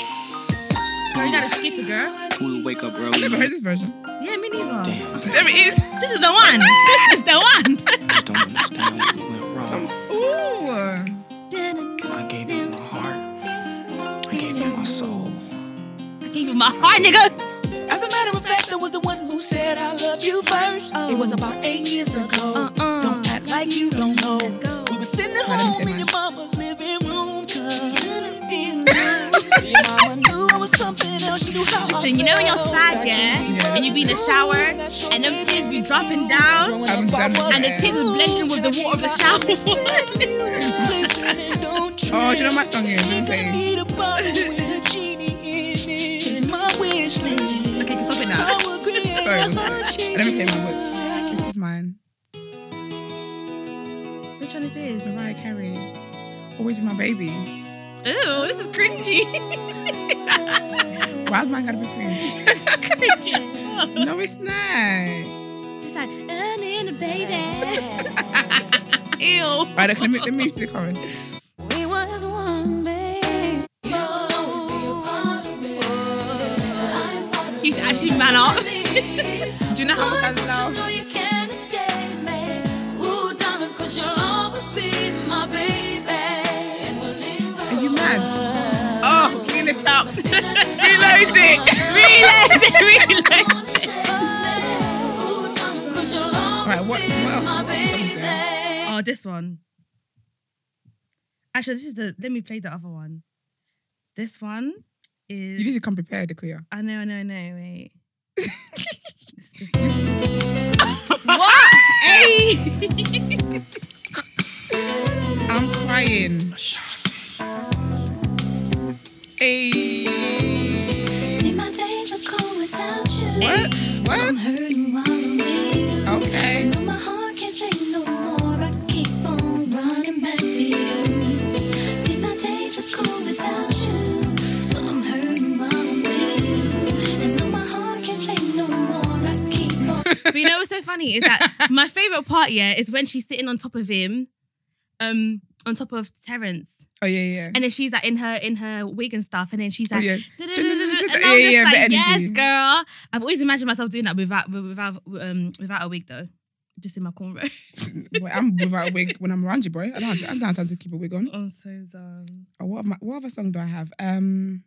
[SPEAKER 4] Oh, you gotta skip it, girl.
[SPEAKER 5] We would wake up
[SPEAKER 3] I never
[SPEAKER 5] early.
[SPEAKER 3] heard this version.
[SPEAKER 4] Yeah, me neither.
[SPEAKER 5] Damn,
[SPEAKER 3] There it is.
[SPEAKER 4] This is the one. This is the one.
[SPEAKER 5] I just don't understand what went
[SPEAKER 3] Some-
[SPEAKER 5] wrong.
[SPEAKER 3] Ooh.
[SPEAKER 5] I gave you my heart. I gave you my soul.
[SPEAKER 4] I gave you my heart, nigga.
[SPEAKER 6] As a matter of fact, I was the one who said I love you first. It was about eight years ago.
[SPEAKER 4] Uh-uh.
[SPEAKER 6] Don't act like you don't know.
[SPEAKER 4] go.
[SPEAKER 6] We were sitting at
[SPEAKER 3] Let me
[SPEAKER 6] home
[SPEAKER 3] play
[SPEAKER 6] in
[SPEAKER 3] mine.
[SPEAKER 6] your mama's living room. Cause your mama knew I was something else. She knew how I
[SPEAKER 4] Listen, you know when you're
[SPEAKER 6] felt
[SPEAKER 4] sad,
[SPEAKER 6] back
[SPEAKER 4] yeah,
[SPEAKER 6] in
[SPEAKER 3] Yeah.
[SPEAKER 4] and you be in the shower, and them tears be dropping down,
[SPEAKER 6] Growing
[SPEAKER 3] I'm
[SPEAKER 6] up, I
[SPEAKER 3] done with
[SPEAKER 6] was
[SPEAKER 4] and the tears is blending with the water of the shower.
[SPEAKER 3] Oh,
[SPEAKER 6] oh,
[SPEAKER 3] do you know my song is? Let me play it.
[SPEAKER 4] okay, just stop it now.
[SPEAKER 3] Sorry,
[SPEAKER 6] Sorry,
[SPEAKER 3] one second. Let me play my words. This is mine.
[SPEAKER 4] Which one is this?
[SPEAKER 3] Mariah Carey. Always be my baby.
[SPEAKER 4] Ew, this is cringy.
[SPEAKER 3] Why's mine gotta be cringe?
[SPEAKER 4] cringy.
[SPEAKER 3] no, it's not.
[SPEAKER 4] It's like, "Anna, baby. Ew.
[SPEAKER 3] Right, okay, let me let me to the chorus.
[SPEAKER 7] We was one, babe. You'll always be a part of me.
[SPEAKER 4] He's actually man up.
[SPEAKER 3] Do you know how much I
[SPEAKER 7] You
[SPEAKER 3] love?
[SPEAKER 7] know you can't escape me. Ooh, darling, cause you'll always be my baby. And we'll linger
[SPEAKER 3] Are you mad? Oh, clean it up.
[SPEAKER 7] Reload
[SPEAKER 3] it.
[SPEAKER 4] Reload it, reload.
[SPEAKER 3] Right, what- what else? What else is
[SPEAKER 4] Oh, this one. Actually, this is the. Let me play the other one. This one is.
[SPEAKER 3] You need to come prepared, Akuya.
[SPEAKER 4] I know, I know, I know. Wait. It's this one.
[SPEAKER 3] Ah,
[SPEAKER 4] what? Hey!
[SPEAKER 3] I'm crying. Hey.
[SPEAKER 7] See, my days are cold without you.
[SPEAKER 3] What? What?
[SPEAKER 7] I'm hurting while I'm with you.
[SPEAKER 3] Okay.
[SPEAKER 7] No, my heart can't take no more. I keep on running back to you. See, my days are cold without you. I'm hurting while I'm with you. And no, my heart can't take no more. I keep on.
[SPEAKER 4] But you know what's so funny is that my favorite part, yeah, is when she's sitting on top of him, um, on top of Terrence,
[SPEAKER 3] Oh yeah, yeah.
[SPEAKER 4] and then she's like in her in her wig and stuff, and then she's
[SPEAKER 3] Oh,
[SPEAKER 4] like,
[SPEAKER 3] yeah.
[SPEAKER 4] and I'm just
[SPEAKER 3] Yeah, yeah,
[SPEAKER 4] like,
[SPEAKER 3] bit energy.
[SPEAKER 4] yes, girl. I've always imagined myself doing that without without um without a wig though, just in my cornrow.
[SPEAKER 3] Boy, I'm without a wig when I'm around you, bro. I don't have to, I don't have time to keep a wig on.
[SPEAKER 4] I'm so dumb.
[SPEAKER 3] Oh, what, am I- what other song do I have? Um,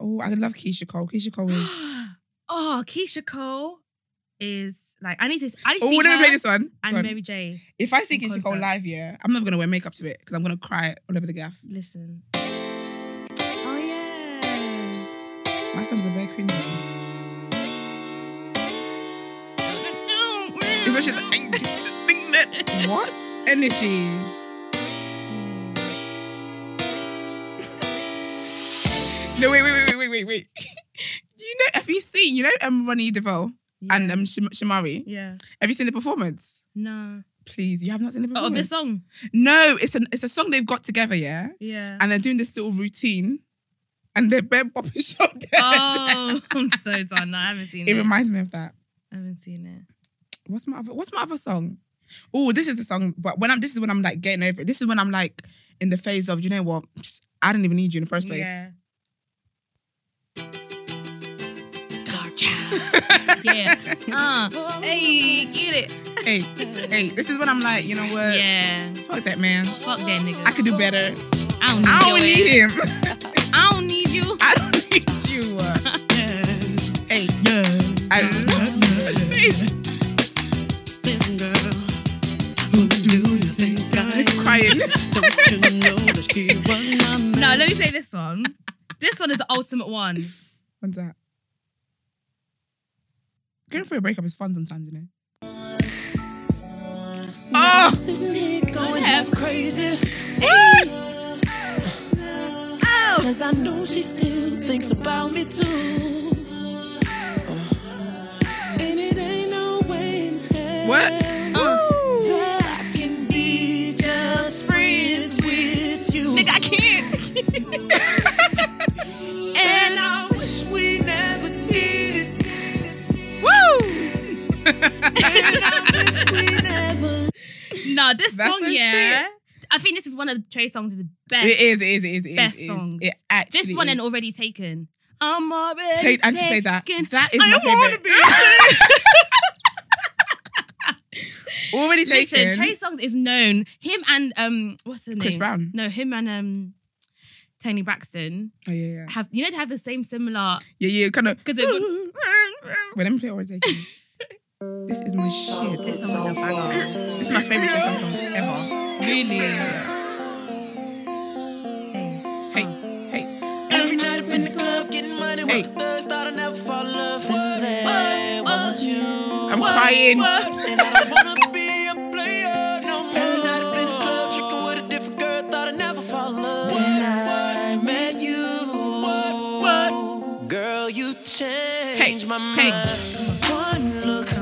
[SPEAKER 3] oh, I love Keisha Cole. Keisha Cole is.
[SPEAKER 4] oh, Keisha Cole is like I need to I need to
[SPEAKER 3] oh,
[SPEAKER 4] see
[SPEAKER 3] let me
[SPEAKER 4] her
[SPEAKER 3] play this one.
[SPEAKER 4] and
[SPEAKER 3] Go on.
[SPEAKER 4] Mary J.
[SPEAKER 3] if I see
[SPEAKER 4] in
[SPEAKER 3] Keisha Cole
[SPEAKER 4] concert.
[SPEAKER 3] live, yeah, I'm not gonna wear makeup to it because I'm gonna cry all over the gaff.
[SPEAKER 4] Listen. Oh yeah.
[SPEAKER 3] My songs are very cringy. It's when she's like, what energy? No, wait, wait, wait, wait, wait, wait, wait. you know, have you seen? You know, um, Ronnie DeVoe
[SPEAKER 4] Yeah.
[SPEAKER 3] and um, Shim- Shamari.
[SPEAKER 4] yeah.
[SPEAKER 3] Have you seen the performance?
[SPEAKER 4] No.
[SPEAKER 3] Please, you have not seen the performance.
[SPEAKER 4] Oh, of this song.
[SPEAKER 3] No, it's an it's a song they've got together, yeah,
[SPEAKER 4] Yeah.
[SPEAKER 3] and they're doing this little routine, and they're bare bopping shoulders.
[SPEAKER 4] Oh, I'm so done. No, I haven't seen
[SPEAKER 3] It
[SPEAKER 4] it.
[SPEAKER 3] reminds me of that.
[SPEAKER 4] I haven't seen it.
[SPEAKER 3] What's my other What's my other song? Oh, this is the song. But when I'm, this is when I'm like getting over it. This is when I'm like in the phase of, you know what? Psst, I didn't even need you in the first place.
[SPEAKER 4] Yeah.
[SPEAKER 6] Dark child.
[SPEAKER 4] yeah. Uh, hey, get it.
[SPEAKER 3] hey, hey, this is when I'm like, you know what?
[SPEAKER 4] Yeah.
[SPEAKER 3] Fuck that man.
[SPEAKER 4] Fuck that nigga.
[SPEAKER 3] Uh, I could do better.
[SPEAKER 4] I don't need,
[SPEAKER 3] I
[SPEAKER 4] your
[SPEAKER 3] don't need
[SPEAKER 4] ass.
[SPEAKER 3] him.
[SPEAKER 4] I don't need you.
[SPEAKER 3] I don't need you. hey, yeah. I love you.
[SPEAKER 6] Listen, girl. Who do you think I am?
[SPEAKER 3] Crying.
[SPEAKER 6] Don't you know that she was my man?
[SPEAKER 4] No, let me play this one. This one is the ultimate one.
[SPEAKER 3] What's that? Going through a breakup is fun sometimes, you know. Oh,
[SPEAKER 6] Sitting here going half crazy. Cause I know she still thinks about me too. And it ain't no way in hell
[SPEAKER 3] What?
[SPEAKER 6] that I can be just friends with you.
[SPEAKER 4] Nigga, I can't.
[SPEAKER 6] and I wish we never did it. Woo! and I wish we never
[SPEAKER 4] No, this
[SPEAKER 3] That's
[SPEAKER 4] song,
[SPEAKER 3] my
[SPEAKER 4] yeah. I think this is one of Trey songs is best.
[SPEAKER 3] it is, it is, it is, it is.
[SPEAKER 4] Best
[SPEAKER 3] it is.
[SPEAKER 4] songs.
[SPEAKER 3] It actually
[SPEAKER 4] This one
[SPEAKER 3] is.
[SPEAKER 4] and already taken. I'm already
[SPEAKER 3] Play, I
[SPEAKER 4] taken.
[SPEAKER 3] just played that. That is
[SPEAKER 4] I
[SPEAKER 3] my
[SPEAKER 4] don't wanna
[SPEAKER 3] favorite.
[SPEAKER 4] be.
[SPEAKER 3] Already taken.
[SPEAKER 4] Listen, Trey Songs is known. Him and um, what's his name?
[SPEAKER 3] Chris Brown.
[SPEAKER 4] No, him and um, Tony Braxton
[SPEAKER 3] oh yeah, yeah,
[SPEAKER 4] have you know they have the same similar
[SPEAKER 3] yeah, yeah. Kind of.
[SPEAKER 4] because it.
[SPEAKER 3] Wait, let me play already taken. this is my shit.
[SPEAKER 4] This song is a banger.
[SPEAKER 3] This is my favorite Trey song ever.
[SPEAKER 4] Really?
[SPEAKER 3] Hey, hey.
[SPEAKER 6] Every night up in the club, getting money.
[SPEAKER 3] Hey.
[SPEAKER 6] Hey. The thugs thought I never fall in love. Then there was you.
[SPEAKER 3] I'm crying.
[SPEAKER 6] And I don't wanna be a player no more. Every night up in the club, tricking with a different girl. Thought I never fall in love. When I met you, Girl, you changed my mind.
[SPEAKER 3] hey.
[SPEAKER 6] One look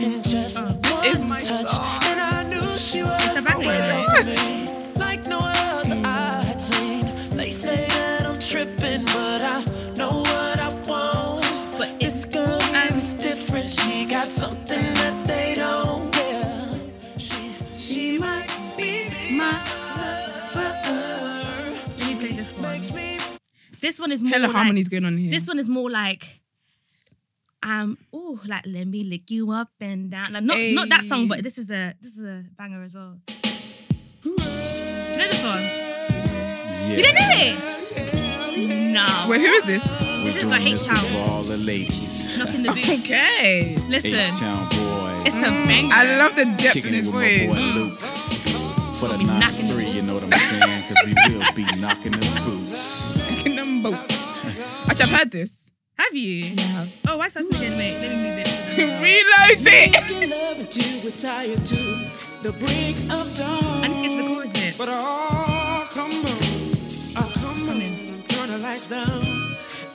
[SPEAKER 6] and just one
[SPEAKER 3] is my
[SPEAKER 6] touch,
[SPEAKER 3] song.
[SPEAKER 6] and I knew she was
[SPEAKER 4] a banger,
[SPEAKER 6] the way like no other I had seen. They say that I'm tripping, but I know what I want. But this girl here is different. She got something that they don't. Yeah, she she might be my lover.
[SPEAKER 4] Let me play this one.
[SPEAKER 6] Makes me
[SPEAKER 4] This one is more
[SPEAKER 3] Hella
[SPEAKER 4] like,
[SPEAKER 3] harmonies going on here.
[SPEAKER 4] This one is more like. Um, ooh, like let me lick you up and down. Like, not not that song, but this is a this is a banger as well. Do you know this one? You don't know it? No.
[SPEAKER 3] Wait, who is this?
[SPEAKER 5] We're
[SPEAKER 4] This is
[SPEAKER 5] doing
[SPEAKER 4] a hate
[SPEAKER 5] this
[SPEAKER 4] child.
[SPEAKER 5] for all the ladies.
[SPEAKER 4] Knock in the boots.
[SPEAKER 3] Okay.
[SPEAKER 4] Listen,
[SPEAKER 5] H-Town boys.
[SPEAKER 4] it's a banger.
[SPEAKER 3] I love the depth in
[SPEAKER 5] Kicking it
[SPEAKER 3] his
[SPEAKER 5] with my
[SPEAKER 3] voice.
[SPEAKER 5] boy Luke. For the
[SPEAKER 4] Be knocking the
[SPEAKER 5] 93, you
[SPEAKER 4] boots.
[SPEAKER 5] know what I'm saying? Because we will be knocking the boots.
[SPEAKER 3] Kicking them boots. Actually, I've heard this.
[SPEAKER 4] Have you?
[SPEAKER 3] Yeah.
[SPEAKER 4] Oh, why sauce again, mate? Let me move it.
[SPEAKER 3] Reload it.
[SPEAKER 6] making love until we're tired to the brink of
[SPEAKER 4] I
[SPEAKER 6] dawn.
[SPEAKER 4] just get to the chorus bit.
[SPEAKER 6] But oh, come on, oh, come on, turn the lights down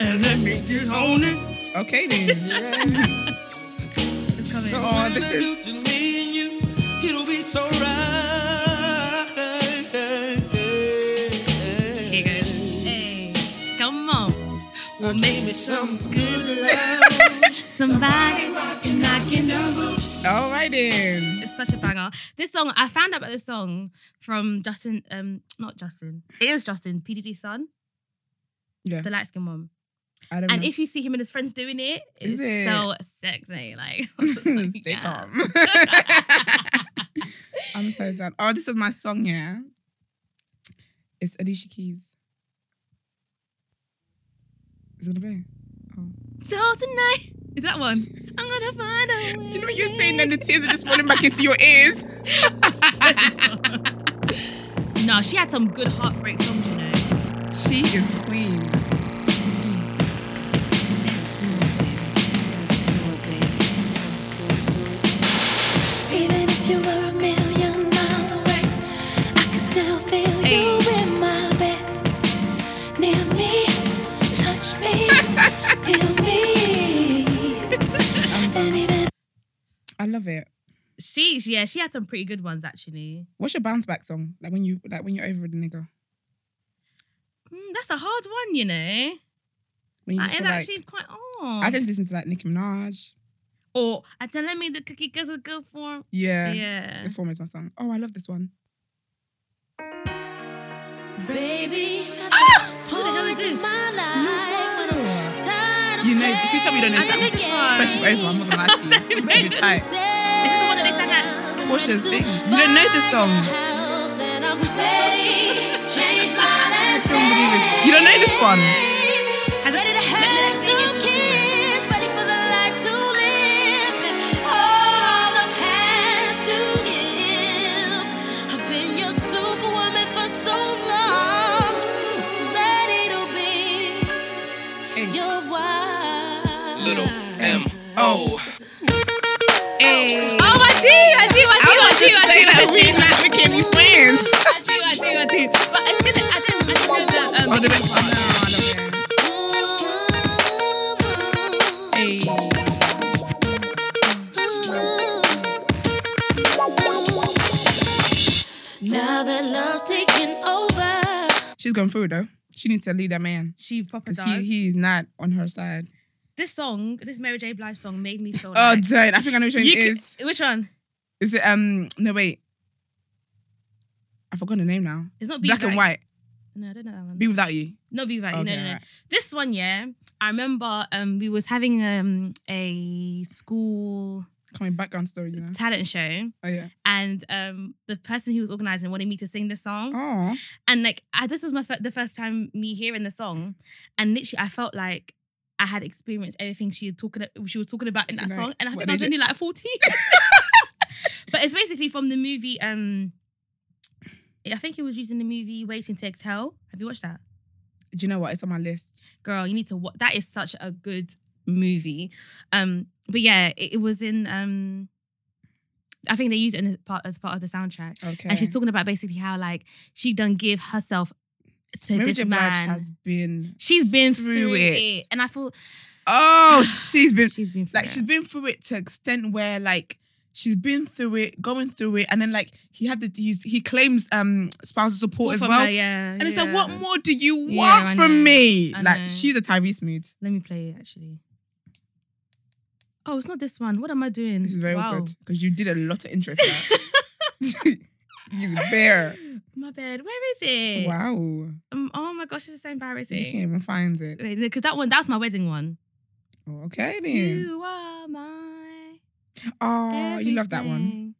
[SPEAKER 6] and let me get on it.
[SPEAKER 3] Okay then.
[SPEAKER 4] It's coming.
[SPEAKER 3] Oh, this is.
[SPEAKER 6] Just me and you, it'll be so right.
[SPEAKER 4] Here it goes. Hey, come on.
[SPEAKER 6] Well, maybe some good
[SPEAKER 4] Somebody rockin', knockin' on boots.
[SPEAKER 3] All right then.
[SPEAKER 4] It's such a banger. This song, I found out about this song from Justin, um, not Justin. It is Justin, PDD's son,
[SPEAKER 3] Yeah.
[SPEAKER 4] the light skinned one.
[SPEAKER 3] I don't
[SPEAKER 4] And
[SPEAKER 3] know.
[SPEAKER 4] if you see him and his friends doing it, it's
[SPEAKER 3] Is it?
[SPEAKER 4] so sexy. Like,
[SPEAKER 3] Stay
[SPEAKER 4] yeah.
[SPEAKER 3] calm. I'm so sad. Oh, this was my song, yeah. It's Alicia Keys. Is it gonna play?
[SPEAKER 4] So tonight, is that one? I'm gonna find a way.
[SPEAKER 3] You know what you're saying, then the tears are just falling back into your ears.
[SPEAKER 4] no, she had some good heartbreak songs, you know.
[SPEAKER 3] She is queen.
[SPEAKER 7] Let's do it, baby. Let's do it, baby. Let's do it, do it. Even if you were a million miles away, I can still feel you in my bed. Near me, touch me, feel me. And even
[SPEAKER 3] I love it.
[SPEAKER 4] She, yeah, she had some pretty good ones actually.
[SPEAKER 3] What's your bounce back song? Like when you like when you're over with a nigga.
[SPEAKER 4] Mm, that's a hard one, you know.
[SPEAKER 3] When you
[SPEAKER 4] That
[SPEAKER 3] just
[SPEAKER 4] is
[SPEAKER 3] feel like,
[SPEAKER 4] Uh, actually quite odd.
[SPEAKER 3] I just listen to like Nicki Minaj.
[SPEAKER 4] or I telling me the cookie goes a good form.
[SPEAKER 3] Yeah.
[SPEAKER 4] Yeah.
[SPEAKER 3] The form is my song. Oh, I love this one.
[SPEAKER 7] baby,
[SPEAKER 4] Who the hell is this?
[SPEAKER 7] my life. Tired of
[SPEAKER 3] You know, if you tell me you don't know
[SPEAKER 4] I don't know
[SPEAKER 3] that,
[SPEAKER 4] this
[SPEAKER 3] especially
[SPEAKER 4] one.
[SPEAKER 7] playing
[SPEAKER 3] over, I'm not gonna lie to you. It's a bit tight.
[SPEAKER 4] This is the one that they sang at
[SPEAKER 3] Portia's thing. You don't know the song. I don't believe it. You don't know this one.
[SPEAKER 7] Ready to have some kids, ready for the life to live, and all of has to give. I've been your superwoman for so long that it'll be your wife.
[SPEAKER 5] Little M O.
[SPEAKER 3] Hey.
[SPEAKER 4] Oh, I do, I do, I do, I do, I do, I do.
[SPEAKER 3] we not we can be friends.
[SPEAKER 4] I do, I do, I do. But it's because I don't, I don't know the, um,
[SPEAKER 3] Oh, the best part. Hey.
[SPEAKER 7] Now that love's taken over.
[SPEAKER 3] She's gone through though. She needs to lead that man.
[SPEAKER 4] she proper
[SPEAKER 3] Because
[SPEAKER 4] does.
[SPEAKER 3] he, he's not on her side.
[SPEAKER 4] This song, this Mary J. Blige song, made me feel.
[SPEAKER 3] Oh,
[SPEAKER 4] like,
[SPEAKER 3] don't. I think I know which one it
[SPEAKER 4] You c-
[SPEAKER 3] is.
[SPEAKER 4] Which one?
[SPEAKER 3] Is it, um, no, wait. I forgot the name now.
[SPEAKER 4] It's not Be
[SPEAKER 3] Black and
[SPEAKER 4] Right.
[SPEAKER 3] white.
[SPEAKER 4] No, I don't know that one.
[SPEAKER 3] Be without you.
[SPEAKER 4] Not Be Right. no,
[SPEAKER 3] Okay,
[SPEAKER 4] no, no.
[SPEAKER 3] right.
[SPEAKER 4] This one, yeah. I remember um, we was having um, a school
[SPEAKER 3] Coming background story, you know.
[SPEAKER 4] talent show,
[SPEAKER 3] Oh, yeah.
[SPEAKER 4] and um, the person who was organizing wanted me to sing this song.
[SPEAKER 3] Oh.
[SPEAKER 4] And like, I, this was my fir- the first time me hearing the
[SPEAKER 3] Mm-hmm.
[SPEAKER 4] song, and literally, I felt like I had experienced everything she had talking she was talking about in that
[SPEAKER 3] Right.
[SPEAKER 4] song, and I
[SPEAKER 3] What
[SPEAKER 4] think I was
[SPEAKER 3] did
[SPEAKER 4] only like fourteen. but it's basically from the movie. Um, I think it was used in the movie Waiting to Exhale. Have you watched that?
[SPEAKER 3] Do you know what? It's on my list.
[SPEAKER 4] girl you need to watch that is such a good movie um but yeah it, it was in um i think they used it in the part, as part of the soundtrack
[SPEAKER 3] Okay.
[SPEAKER 4] and she's talking about basically how like she done give herself to
[SPEAKER 3] Mary
[SPEAKER 4] this
[SPEAKER 3] J. Blige
[SPEAKER 4] man
[SPEAKER 3] has been.
[SPEAKER 4] she's been
[SPEAKER 3] through
[SPEAKER 4] through,
[SPEAKER 3] it.
[SPEAKER 4] it. and i thought
[SPEAKER 3] Oh, she's been.
[SPEAKER 4] she's been through
[SPEAKER 3] like
[SPEAKER 4] it.
[SPEAKER 3] she's been through it to extent where like she's been through it, going through it, and then like he had the he's, he claims um spousal support
[SPEAKER 4] Thought
[SPEAKER 3] as
[SPEAKER 4] from
[SPEAKER 3] well.
[SPEAKER 4] her, yeah
[SPEAKER 3] And it's
[SPEAKER 4] yeah.
[SPEAKER 3] like, what more do you want
[SPEAKER 4] Yeah, I
[SPEAKER 3] from
[SPEAKER 4] know.
[SPEAKER 3] me?
[SPEAKER 4] I
[SPEAKER 3] like
[SPEAKER 4] know.
[SPEAKER 3] she's a Tyrese mood.
[SPEAKER 4] let me play it actually oh it's not this one what am i doing
[SPEAKER 3] This is very
[SPEAKER 4] wow.
[SPEAKER 3] awkward because you did a lot of interest. now. you bear.
[SPEAKER 4] my bad where is it
[SPEAKER 3] Wow,
[SPEAKER 4] um, oh my gosh this is so
[SPEAKER 3] you can't
[SPEAKER 4] embarrassing
[SPEAKER 3] even find it.
[SPEAKER 4] because that one that's my wedding one
[SPEAKER 3] Oh, okay then.
[SPEAKER 4] You are my.
[SPEAKER 3] Oh, you love that one.
[SPEAKER 4] everything.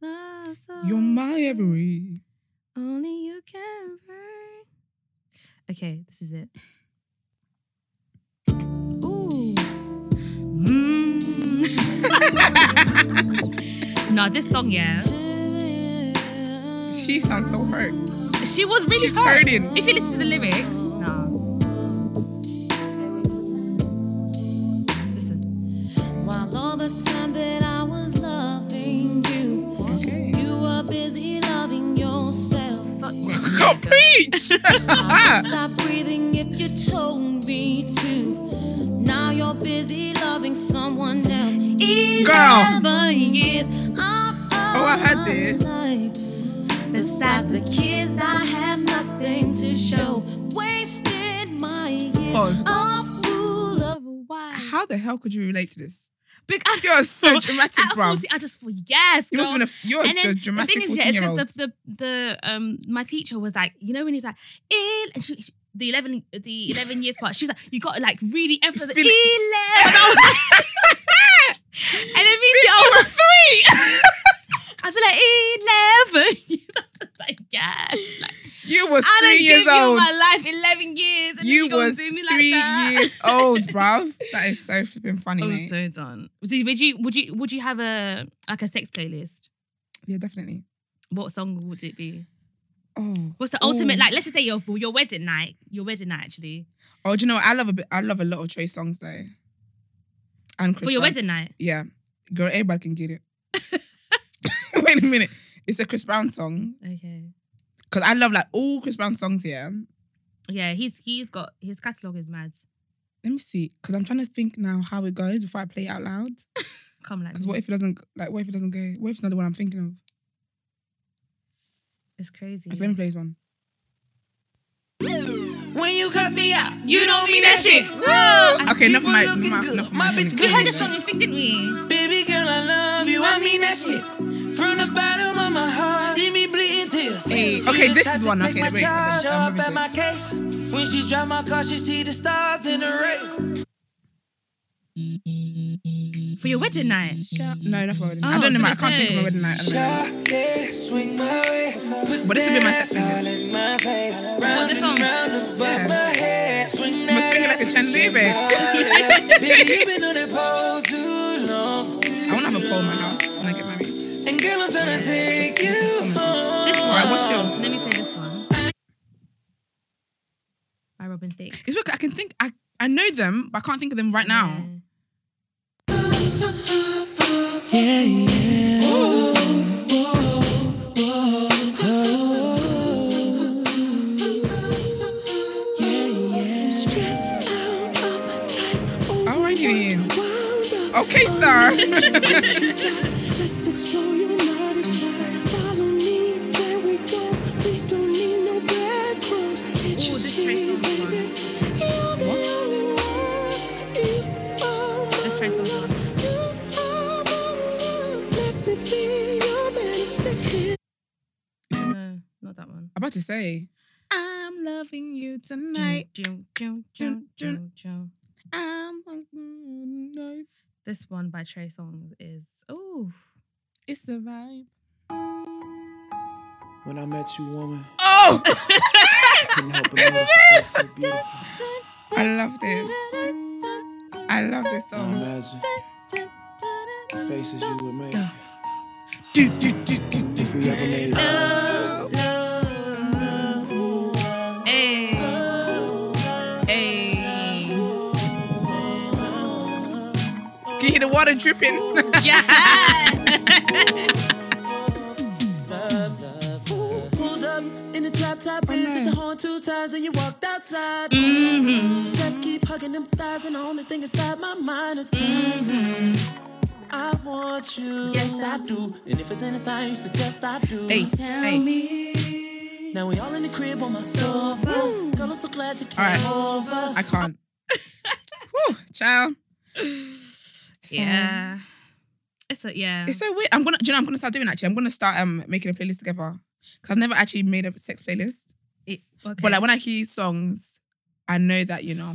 [SPEAKER 4] Love so
[SPEAKER 3] You're my every.
[SPEAKER 4] Only you can bring. Okay, this is it. Ooh. Mm. no, this song, yeah.
[SPEAKER 3] She sounds so hurt.
[SPEAKER 4] She was really
[SPEAKER 3] She's
[SPEAKER 4] hurt.
[SPEAKER 3] hurting.
[SPEAKER 4] If you listen to the lyrics, no. Listen.
[SPEAKER 7] While all the time that I was loving you,
[SPEAKER 3] Okay.
[SPEAKER 7] you were busy loving yourself.
[SPEAKER 4] Fuck that.
[SPEAKER 3] Go preach.
[SPEAKER 7] I would stop breathing if you told me to. Now you're busy loving someone else.
[SPEAKER 3] Girl.
[SPEAKER 7] Eleven years.
[SPEAKER 3] Oh, I heard this.
[SPEAKER 7] Besides the kids, I have nothing to show. Wasted my years.
[SPEAKER 3] Pause.
[SPEAKER 7] of rule of
[SPEAKER 3] How the hell could you relate to this?
[SPEAKER 4] Big, I-
[SPEAKER 3] You're so dramatic,
[SPEAKER 4] At
[SPEAKER 3] bro.
[SPEAKER 4] 40, I just thought, yes,
[SPEAKER 3] You
[SPEAKER 4] girl.
[SPEAKER 3] must have been a, you're
[SPEAKER 4] and
[SPEAKER 3] the
[SPEAKER 4] then the
[SPEAKER 3] dramatic
[SPEAKER 4] thing is, yeah,
[SPEAKER 3] 14
[SPEAKER 4] it's
[SPEAKER 3] year old.
[SPEAKER 4] because the, the the um my teacher was like, you know, when he's like, ill, and she, she- the eleven the eleven years part, she was like, you got to like really emphasize
[SPEAKER 3] Feel
[SPEAKER 4] eleven. And I was like, and then me too, I was like, three. I was like, eleven. years." I was like, yes, like,
[SPEAKER 3] You was
[SPEAKER 4] I
[SPEAKER 3] three
[SPEAKER 4] done
[SPEAKER 3] years
[SPEAKER 4] give you
[SPEAKER 3] old.
[SPEAKER 4] my life eleven years, and
[SPEAKER 3] You
[SPEAKER 4] then you
[SPEAKER 3] was
[SPEAKER 4] gonna do me
[SPEAKER 3] three
[SPEAKER 4] like that.
[SPEAKER 3] years old, bruv. That is so flipping funny,
[SPEAKER 4] I
[SPEAKER 3] mate.
[SPEAKER 4] was so done. Did- Would you would you would you have a like a sex playlist?
[SPEAKER 3] yeah, definitely.
[SPEAKER 4] What song would it be?
[SPEAKER 3] Oh,
[SPEAKER 4] What's the
[SPEAKER 3] Ooh.
[SPEAKER 4] ultimate? Like, let's just say your your wedding night. Your wedding night, actually.
[SPEAKER 3] oh, do you know what? I love a bit. I love a lot of Trey songs though. And Chris
[SPEAKER 4] For your
[SPEAKER 3] Brown.
[SPEAKER 4] wedding night.
[SPEAKER 3] yeah, girl, everybody can get it. Wait a minute, it's a Chris Brown song
[SPEAKER 4] Okay.
[SPEAKER 3] because I love like all Chris Brown songs. Yeah,
[SPEAKER 4] Yeah, he's he's got his catalog is mad.
[SPEAKER 3] let me see because I'm trying to think now how it goes before I play it out loud.
[SPEAKER 4] Come like,
[SPEAKER 3] Because what if it doesn't like? What if it doesn't go? What if it's not the one I'm thinking of?
[SPEAKER 4] it's crazy.
[SPEAKER 3] Like, let me play this one.
[SPEAKER 6] When you cuss me out, you don't mean that shit.
[SPEAKER 3] Okay, enough of my,
[SPEAKER 6] looking
[SPEAKER 3] my,
[SPEAKER 6] good.
[SPEAKER 3] enough of
[SPEAKER 6] My bitch
[SPEAKER 3] head.
[SPEAKER 4] we heard this song in Think, didn't we?
[SPEAKER 6] Baby girl, I love you. I mean that shit. From the bottom of my heart. See me bleeding tears.
[SPEAKER 3] Hey,
[SPEAKER 6] You
[SPEAKER 3] okay,
[SPEAKER 6] the
[SPEAKER 3] this
[SPEAKER 6] type
[SPEAKER 3] is
[SPEAKER 6] to
[SPEAKER 3] one.
[SPEAKER 6] take
[SPEAKER 3] Okay,
[SPEAKER 6] my
[SPEAKER 3] wait,
[SPEAKER 6] charge
[SPEAKER 3] I'm- I'm
[SPEAKER 6] up at
[SPEAKER 3] revising.
[SPEAKER 6] my case. When she drive my car, she see the stars in the rain.
[SPEAKER 4] For your wedding night.
[SPEAKER 3] No, not for my wedding.
[SPEAKER 4] Oh,
[SPEAKER 3] I don't know.
[SPEAKER 4] I
[SPEAKER 3] My, I
[SPEAKER 4] was
[SPEAKER 3] can't think of my
[SPEAKER 4] gonna
[SPEAKER 3] wedding night. I don't know.
[SPEAKER 6] Yeah, swing my way.
[SPEAKER 3] But this will be my set singers.
[SPEAKER 6] In my face.
[SPEAKER 4] What the song?
[SPEAKER 3] Yeah.
[SPEAKER 6] Head, swing
[SPEAKER 3] I'm swinging like a chandelier. I
[SPEAKER 6] that. Baby, you been on that pole too long.
[SPEAKER 3] want to have a pole in my house when I get married.
[SPEAKER 6] And girl, I'm tryna take you home.
[SPEAKER 4] This one.
[SPEAKER 3] Alright, what's yours?
[SPEAKER 4] Let me play this one. By Robin Thicke.
[SPEAKER 3] It's because I can think. I I know them, but I can't think of them right now. How are you, Ian? Okay, sir.
[SPEAKER 7] Let's explore your naughty side. Follow me where we go. We don't need no breadcrumbs. Can't you
[SPEAKER 4] this
[SPEAKER 7] see,
[SPEAKER 4] trace is
[SPEAKER 7] baby? You're the only one. You are
[SPEAKER 4] This trace is
[SPEAKER 7] my love. You are my love. Let me be your man. Say
[SPEAKER 4] No, not that one.
[SPEAKER 3] I'm about to say. I'm loving you tonight.
[SPEAKER 4] Jum, jum, jum, jum, jum.
[SPEAKER 3] I'm loving you tonight.
[SPEAKER 4] This one by Trey Songz is oh
[SPEAKER 3] It's a vibe.
[SPEAKER 5] When I met you, woman,
[SPEAKER 3] Oh,
[SPEAKER 5] couldn't help but notice you so beautiful.
[SPEAKER 3] I love this. I love this
[SPEAKER 5] I
[SPEAKER 3] song.
[SPEAKER 5] imagine the faces you would make
[SPEAKER 3] Do, do, do, do, do.
[SPEAKER 5] if we ever made love.
[SPEAKER 4] hey.
[SPEAKER 3] Hey. Can you hear the water dripping?
[SPEAKER 6] Pulled up in the drop top, raised the horn two times, and you walked outside.
[SPEAKER 3] Mm-hmm.
[SPEAKER 6] Just keep hugging them thighs, and the only thing inside my mind is.
[SPEAKER 3] Mm-hmm.
[SPEAKER 6] I want you. Yes, I do. And if it's anything you suggest, I do.
[SPEAKER 3] hey, hey.
[SPEAKER 6] Now we all in the crib on my sofa. Girl, I'm so glad you came
[SPEAKER 3] All right.
[SPEAKER 6] over.
[SPEAKER 3] I can't. Whew, child.
[SPEAKER 4] Yeah. It's a yeah.
[SPEAKER 3] It's so weird. I'm gonna, do you know, I'm gonna start doing actually. I'm gonna start um making a playlist together because I've never actually made a sex playlist.
[SPEAKER 4] It- okay.
[SPEAKER 3] But like when I hear songs, I know that you know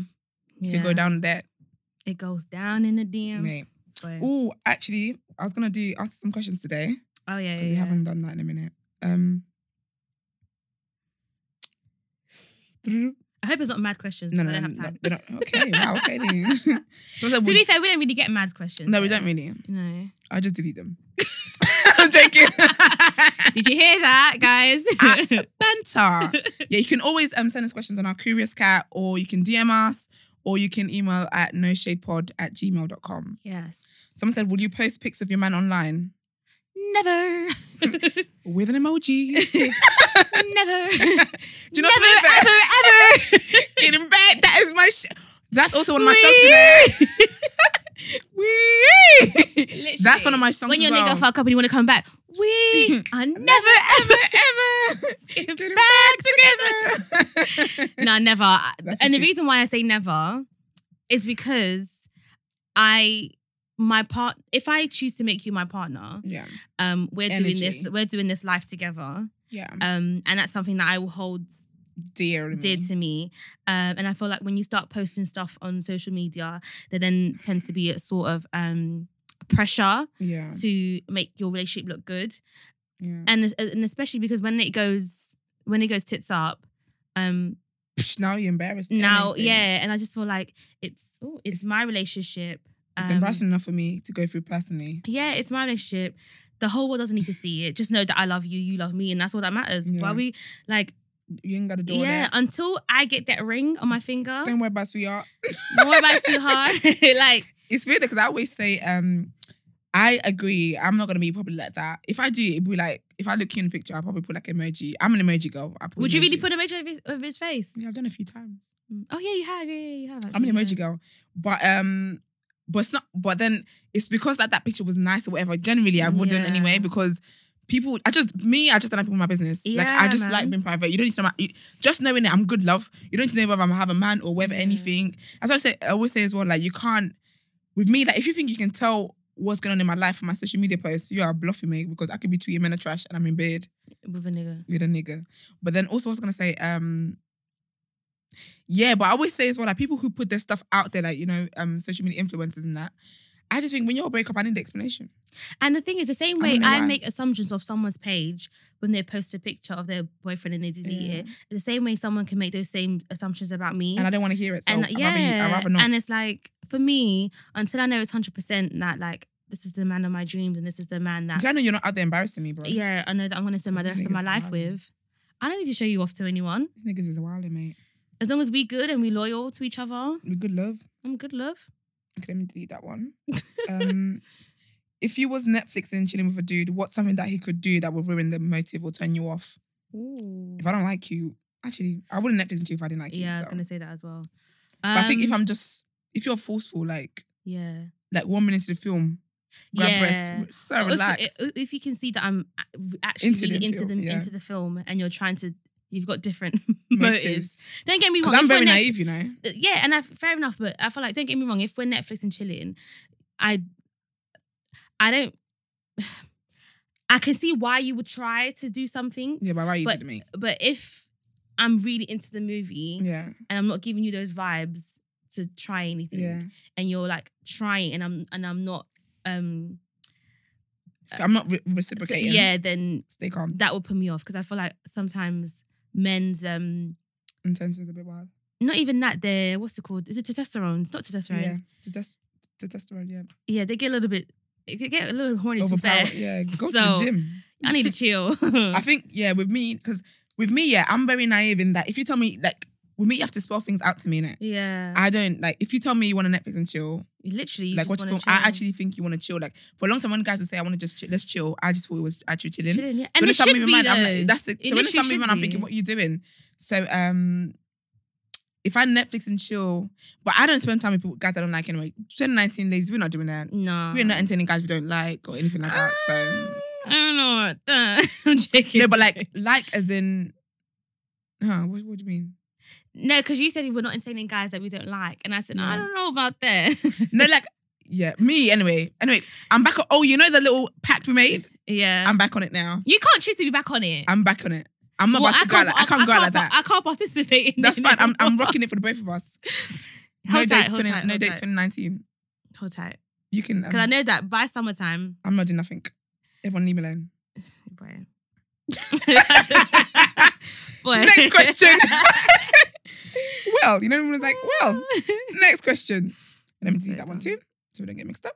[SPEAKER 3] you
[SPEAKER 4] Yeah.
[SPEAKER 3] could go down there,
[SPEAKER 4] It goes down in the DM.
[SPEAKER 3] mate.
[SPEAKER 4] but-
[SPEAKER 3] Oh, actually, I was gonna do ask some questions today
[SPEAKER 4] oh yeah, yeah.
[SPEAKER 3] because we
[SPEAKER 4] yeah.
[SPEAKER 3] haven't done that in a minute. Um,
[SPEAKER 4] I hope it's not mad questions.
[SPEAKER 3] no,
[SPEAKER 4] No,
[SPEAKER 3] no,
[SPEAKER 4] I
[SPEAKER 3] no,
[SPEAKER 4] don't
[SPEAKER 3] no,
[SPEAKER 4] have time.
[SPEAKER 3] they're not- okay, wow, okay. Then. so I said,
[SPEAKER 4] to
[SPEAKER 3] we-
[SPEAKER 4] be fair, we don't really get mad questions.
[SPEAKER 3] no, we
[SPEAKER 4] though.
[SPEAKER 3] don't really.
[SPEAKER 4] No.
[SPEAKER 3] I just delete them. I'm joking.
[SPEAKER 4] Did you hear that, guys?
[SPEAKER 3] at banter. yeah, you can always um, send us questions on our Curious Cat or you can DM us or you can email at noshadepod at gmail.com.
[SPEAKER 4] yes.
[SPEAKER 3] Someone said, Will you post pics of your man online?
[SPEAKER 4] Never.
[SPEAKER 3] With an emoji. Do
[SPEAKER 4] Never.
[SPEAKER 3] you know
[SPEAKER 4] Never,
[SPEAKER 3] what
[SPEAKER 4] ever, ever.
[SPEAKER 3] In bed. That is my sh- That's also one of my songs today. Wee! That's one of my songs
[SPEAKER 4] When
[SPEAKER 3] as
[SPEAKER 4] your
[SPEAKER 3] well.
[SPEAKER 4] nigga fuck up and you want to come back, we are never ever
[SPEAKER 3] Ever, ever.
[SPEAKER 4] getting
[SPEAKER 3] Get
[SPEAKER 4] back.
[SPEAKER 3] back together.
[SPEAKER 4] No, never.
[SPEAKER 3] That's what
[SPEAKER 4] and the
[SPEAKER 3] she-
[SPEAKER 4] reason why I say never is because I my part if I choose to make you my partner,
[SPEAKER 3] yeah.
[SPEAKER 4] um, we're doing
[SPEAKER 3] Energy.
[SPEAKER 4] this, we're doing this life together.
[SPEAKER 3] Yeah.
[SPEAKER 4] Um, and that's something that I will hold
[SPEAKER 3] Dear me.
[SPEAKER 4] dear to me. Um, and I feel like when you start posting stuff on social media, there then tends to be a sort of um pressure
[SPEAKER 3] Yeah.
[SPEAKER 4] to make your relationship look good.
[SPEAKER 3] yeah.
[SPEAKER 4] And and especially because when it goes when it goes tits up, um,
[SPEAKER 3] Psh, now you're embarrassed. eh,
[SPEAKER 4] now
[SPEAKER 3] Anything.
[SPEAKER 4] yeah and i just feel like it's ooh, it's, my relationship
[SPEAKER 3] It's
[SPEAKER 4] Um,
[SPEAKER 3] embarrassing enough for me to go through personally.
[SPEAKER 4] yeah it's my relationship the whole world doesn't need to see it just know that i love you you love me and that's all that matters
[SPEAKER 3] Yeah.
[SPEAKER 4] why we like
[SPEAKER 3] You ain't got to do all
[SPEAKER 4] yeah
[SPEAKER 3] that.
[SPEAKER 4] until i get that ring on my finger
[SPEAKER 3] Don't worry about sweetheart.
[SPEAKER 4] what about sweetheart like
[SPEAKER 3] It's weird because I always say, um, I agree. I'm not gonna be probably like that. If I do, it'd be like if I look you in the picture, I'll probably put like emoji. I'm an emoji girl. I put
[SPEAKER 4] would you really
[SPEAKER 3] emoji.
[SPEAKER 4] put an emoji of his, of his face
[SPEAKER 3] Yeah, I've done a few times.
[SPEAKER 4] oh yeah you have yeah, yeah you have
[SPEAKER 3] I'm an emoji
[SPEAKER 4] actually,
[SPEAKER 3] girl, but um, but it's not. But then it's because like that picture was nice or whatever. Generally, I wouldn't
[SPEAKER 4] Yeah.
[SPEAKER 3] anyway because. People, I just me. I just don't like people in my business. like I
[SPEAKER 4] Yeah,
[SPEAKER 3] just like
[SPEAKER 4] man.
[SPEAKER 3] being private. You don't need to know. My, you- just knowing that I'm good, love. You don't need to know whether I'm have a man or whether anything. As I say, I always say as well. Like you can't with me. Like if you think you can tell what's going on in my life from my social media posts, you are bluffing me because I could be tweeting men are trash and I'm in bed
[SPEAKER 4] yeah. with a nigga
[SPEAKER 3] with a nigga. But then also, I was gonna say, um, Yeah, but I always say as well, like people who put their stuff out there, like, you know, um, social media influencers and that, I just think when you're a breakup, I need the explanation.
[SPEAKER 4] And the thing is, the same way
[SPEAKER 3] don't know
[SPEAKER 4] I,
[SPEAKER 3] why.
[SPEAKER 4] make assumptions of someone's page when they post a picture of their boyfriend and they delete it, the same way someone can make those same assumptions about me.
[SPEAKER 3] And I don't want to hear it. So
[SPEAKER 4] and
[SPEAKER 3] I'd, rather you, I'd rather not.
[SPEAKER 4] and uh, it's like for me, until I know it's hundred percent that like this is the man of my dreams and this is the man that
[SPEAKER 3] Do I know you're not out there embarrassing me, bro?
[SPEAKER 4] yeah I know that I'm going to spend my
[SPEAKER 3] This
[SPEAKER 4] rest of my
[SPEAKER 3] nigga's
[SPEAKER 4] life
[SPEAKER 3] lying.
[SPEAKER 4] with. I don't need to show you off to anyone.
[SPEAKER 3] These niggas is wilding, mate.
[SPEAKER 4] As long as we good and we loyal to each other,
[SPEAKER 3] With good love.
[SPEAKER 4] I'm good, love.
[SPEAKER 3] Okay, let me delete that one. um, if you was Netflix and chilling with a dude, what's something that he could do that would ruin the motive or turn you off? If I don't like you, actually, I wouldn't Netflix and chill if I didn't like you.
[SPEAKER 4] Yeah, I was
[SPEAKER 3] so.
[SPEAKER 4] going to say that as well.
[SPEAKER 3] But I think if
[SPEAKER 4] Um,
[SPEAKER 3] I'm just, if you're forceful, like,
[SPEAKER 4] yeah.
[SPEAKER 3] like one minute into the film, grab
[SPEAKER 4] Yeah.
[SPEAKER 3] breast, so
[SPEAKER 4] Or if-
[SPEAKER 3] relax.
[SPEAKER 4] If, if you can see that I'm a- actually
[SPEAKER 3] Into
[SPEAKER 4] really
[SPEAKER 3] the
[SPEAKER 4] into
[SPEAKER 3] film,
[SPEAKER 4] the
[SPEAKER 3] yeah.
[SPEAKER 4] into the film, and you're trying to, you've got different
[SPEAKER 3] Motives.
[SPEAKER 4] motives. Don't get me wrong.
[SPEAKER 3] Because I'm
[SPEAKER 4] if we're
[SPEAKER 3] very
[SPEAKER 4] Netf-
[SPEAKER 3] naive, you know.
[SPEAKER 4] Yeah, and I, fair enough. But I feel like don't get me wrong. If we're Netflix and chilling, I, I don't. I can see why you would try to do something,
[SPEAKER 3] Yeah, by right you
[SPEAKER 4] But-
[SPEAKER 3] did me.
[SPEAKER 4] but if I'm really into the movie
[SPEAKER 3] Yeah,
[SPEAKER 4] and I'm not giving you those vibes to try anything,
[SPEAKER 3] yeah.
[SPEAKER 4] and you're like trying, and I'm and I'm not. um
[SPEAKER 3] If I'm not re-
[SPEAKER 4] Uh, so-
[SPEAKER 3] reciprocating.
[SPEAKER 4] yeah, then
[SPEAKER 3] Stay calm.
[SPEAKER 4] that would put me off because I feel like sometimes men's um
[SPEAKER 3] Intentions a bit wild.
[SPEAKER 4] not even that they're what's it called? Is it testosterone? It's not testosterone.
[SPEAKER 3] Yeah.
[SPEAKER 4] Yeah,
[SPEAKER 3] Testosterone, testosterone yeah.
[SPEAKER 4] they get a little bit they get a little horny too
[SPEAKER 3] Overpower.
[SPEAKER 4] fast.
[SPEAKER 3] Yeah, go to
[SPEAKER 4] So,
[SPEAKER 3] the gym.
[SPEAKER 4] I need to chill.
[SPEAKER 3] I think, yeah, with me, because with me, yeah, I'm very naive in that if you tell me, like, with me, you have to spell things out to me, innit?
[SPEAKER 4] yeah.
[SPEAKER 3] I don't, like, if you tell me you want to Netflix and chill,
[SPEAKER 4] Literally, you
[SPEAKER 3] like,
[SPEAKER 4] just
[SPEAKER 3] watch a film,
[SPEAKER 4] want to
[SPEAKER 3] I actually think you want to chill. Like, for a long time, when guys would say, I want to just chill, let's chill, I just thought it was actually chilling.
[SPEAKER 4] Chilling, yeah.
[SPEAKER 3] So
[SPEAKER 4] And
[SPEAKER 3] when
[SPEAKER 4] it
[SPEAKER 3] it's time
[SPEAKER 4] should
[SPEAKER 3] moving
[SPEAKER 4] be
[SPEAKER 3] mind, I'm
[SPEAKER 4] though.
[SPEAKER 3] like, that's it.
[SPEAKER 4] It
[SPEAKER 3] So when it's time moving
[SPEAKER 4] literally should
[SPEAKER 3] mind, I'm thinking,
[SPEAKER 4] be.
[SPEAKER 3] what are you doing? So um if I Netflix and chill, but I don't spend time with people, guys I don't like anyway. 2019 ladies, we're not doing that.
[SPEAKER 4] no.
[SPEAKER 3] We're not entertaining guys we don't like or anything like that. So
[SPEAKER 4] I don't know. about that. I'm joking.
[SPEAKER 3] no, but like like as in huh, what, what do you mean?
[SPEAKER 4] no, because you said we're not entertaining guys that we don't like, and I said no, I
[SPEAKER 3] No.
[SPEAKER 4] don't know about that.
[SPEAKER 3] No, like yeah, me anyway. Anyway, I'm back on oh, you know the little pact we made?
[SPEAKER 4] yeah,
[SPEAKER 3] I'm back on it now.
[SPEAKER 4] you can't choose to be back on it.
[SPEAKER 3] I'm back on it. I'm not
[SPEAKER 4] Well,
[SPEAKER 3] about to go out like, I can't go out like
[SPEAKER 4] par-
[SPEAKER 3] that.
[SPEAKER 4] I can't participate. In
[SPEAKER 3] That's
[SPEAKER 4] it
[SPEAKER 3] fine. I'm, I'm
[SPEAKER 4] anymore.
[SPEAKER 3] rocking it for the both of us. No
[SPEAKER 4] Hold
[SPEAKER 3] dates,
[SPEAKER 4] tight, hold
[SPEAKER 3] 20
[SPEAKER 4] tight,
[SPEAKER 3] no
[SPEAKER 4] hold
[SPEAKER 3] dates
[SPEAKER 4] tight.
[SPEAKER 3] 2019.
[SPEAKER 4] Hold tight.
[SPEAKER 3] You can.
[SPEAKER 4] Because
[SPEAKER 3] Um,
[SPEAKER 4] I know that by summertime,
[SPEAKER 3] I'm not doing nothing. Everyone leave me alone.
[SPEAKER 4] boy.
[SPEAKER 3] Next question. well, you know, everyone was like, well, next question. Let me
[SPEAKER 4] So
[SPEAKER 3] delete that one
[SPEAKER 4] dumb.
[SPEAKER 3] too, so we don't get mixed up.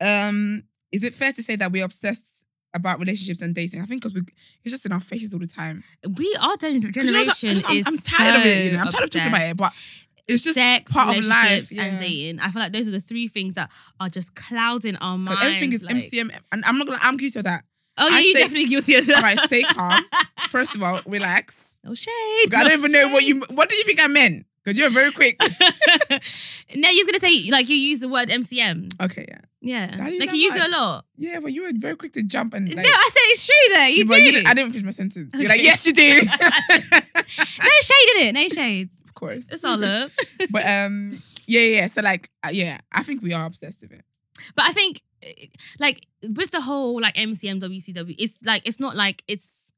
[SPEAKER 3] Um, is it fair to say that we're obsessed about relationships and dating? I think because it's just in our faces all the time.
[SPEAKER 4] we are gen-
[SPEAKER 3] 'Cause you know, it's like-
[SPEAKER 4] generation
[SPEAKER 3] I'm,
[SPEAKER 4] is
[SPEAKER 3] I'm tired of it. You
[SPEAKER 4] so
[SPEAKER 3] know, I'm tired of talking about it,
[SPEAKER 4] obsessed.
[SPEAKER 3] but it's just
[SPEAKER 4] Sex,
[SPEAKER 3] part of life.
[SPEAKER 4] relationships,
[SPEAKER 3] Yeah.
[SPEAKER 4] and dating. I feel like those are the three things that are just clouding our minds.
[SPEAKER 3] 'Cause everything is
[SPEAKER 4] like-
[SPEAKER 3] MCM, and I'm not gonna. I'm guilty of that.
[SPEAKER 4] Oh yeah,
[SPEAKER 3] I
[SPEAKER 4] you're
[SPEAKER 3] say-
[SPEAKER 4] definitely guilty of that.
[SPEAKER 3] All right, stay calm. First of all, relax.
[SPEAKER 4] No shade.
[SPEAKER 3] I
[SPEAKER 4] no
[SPEAKER 3] don't even know what
[SPEAKER 4] shade.
[SPEAKER 3] you. What do you think I meant? Because you're very quick.
[SPEAKER 4] no, you're gonna say like you use the word MCM.
[SPEAKER 3] Okay, yeah.
[SPEAKER 4] Yeah,
[SPEAKER 3] I didn't
[SPEAKER 4] like
[SPEAKER 3] know
[SPEAKER 4] you use it a
[SPEAKER 3] much.
[SPEAKER 4] lot.
[SPEAKER 3] Yeah, but you were very quick to jump and like.
[SPEAKER 4] no, I said it's true though. You
[SPEAKER 3] but
[SPEAKER 4] do.
[SPEAKER 3] didn't- I didn't finish my sentence. You're like,
[SPEAKER 4] Okay.
[SPEAKER 3] yes, you do.
[SPEAKER 4] no shade in it. No shade.
[SPEAKER 3] of course.
[SPEAKER 4] It's all love.
[SPEAKER 3] But um, yeah, yeah. So like, uh, yeah, I think we are obsessed with it.
[SPEAKER 4] But I think, eh, like, with the whole like MCM WCW, it's like it's not like it's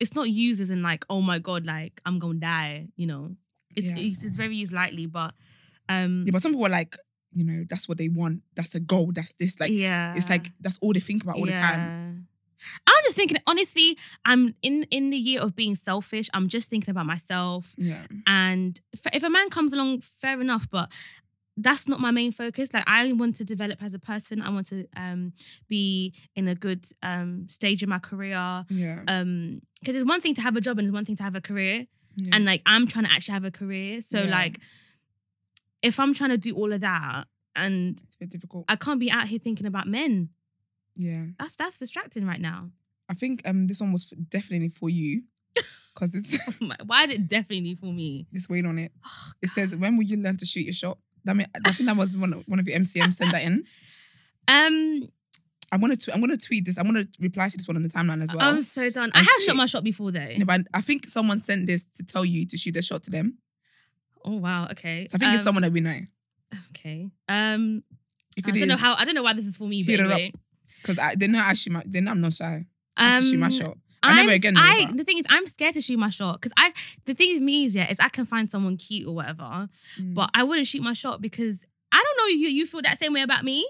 [SPEAKER 4] it's not used as in like oh my god, like I'm gonna die. You know, it's
[SPEAKER 3] Yeah.
[SPEAKER 4] it's, it's very used lightly, but um,
[SPEAKER 3] Yeah, but some people are like, you know, that's what they want. That's a goal. That's this. Like,
[SPEAKER 4] yeah,
[SPEAKER 3] it's like that's all they think about all the time.
[SPEAKER 4] Yeah. I'm just thinking honestly. I'm in in the year of being selfish. I'm just thinking about myself.
[SPEAKER 3] Yeah,
[SPEAKER 4] And f- if a man comes along, fair enough, but that's not my main focus. Like I want to develop as a person. I want to um, be in a good um, stage in my career.
[SPEAKER 3] yeah.
[SPEAKER 4] Um, because it's one thing to have a job and it's one thing to have a career.
[SPEAKER 3] yeah.
[SPEAKER 4] And like I'm trying to actually have a career. So
[SPEAKER 3] Yeah.
[SPEAKER 4] like if I'm trying to do all of that and
[SPEAKER 3] it's a bit difficult.
[SPEAKER 4] I can't be out here thinking about men.
[SPEAKER 3] yeah,
[SPEAKER 4] That's that's distracting right now.
[SPEAKER 3] I think um, this one was definitely for you because it's
[SPEAKER 4] Why is it definitely for me?
[SPEAKER 3] this weight on it.
[SPEAKER 4] Oh,
[SPEAKER 3] it says, when will you learn to shoot your shot? That mean, I think that was one of, one of your MCM sent that in.
[SPEAKER 4] Um,
[SPEAKER 3] I'm gonna tw- I'm gonna tweet this. I'm gonna reply to this one on the timeline as well.
[SPEAKER 4] I'm so done. I
[SPEAKER 3] and
[SPEAKER 4] have
[SPEAKER 3] see-
[SPEAKER 4] shot my shot before though.
[SPEAKER 3] No, but I think someone sent this to tell you to shoot the shot to them.
[SPEAKER 4] Oh wow. Okay.
[SPEAKER 3] So I think it's
[SPEAKER 4] Um,
[SPEAKER 3] someone that we know.
[SPEAKER 4] Okay. Um,
[SPEAKER 3] If
[SPEAKER 4] I
[SPEAKER 3] it
[SPEAKER 4] don't know
[SPEAKER 3] is,
[SPEAKER 4] how. I don't know why this is for me. But
[SPEAKER 3] hit her up.
[SPEAKER 4] anyway.
[SPEAKER 3] because they know I shoot my, they know I'm not shy. I
[SPEAKER 4] Um,
[SPEAKER 3] can shoot my shot. I never
[SPEAKER 4] I'm-
[SPEAKER 3] again knew
[SPEAKER 4] I
[SPEAKER 3] that.
[SPEAKER 4] the thing is, I'm scared to shoot my shot because I the thing with me is yeah is I can find someone cute or whatever,
[SPEAKER 3] Mm.
[SPEAKER 4] but I wouldn't shoot my shot because I don't know you. You feel that same way about me,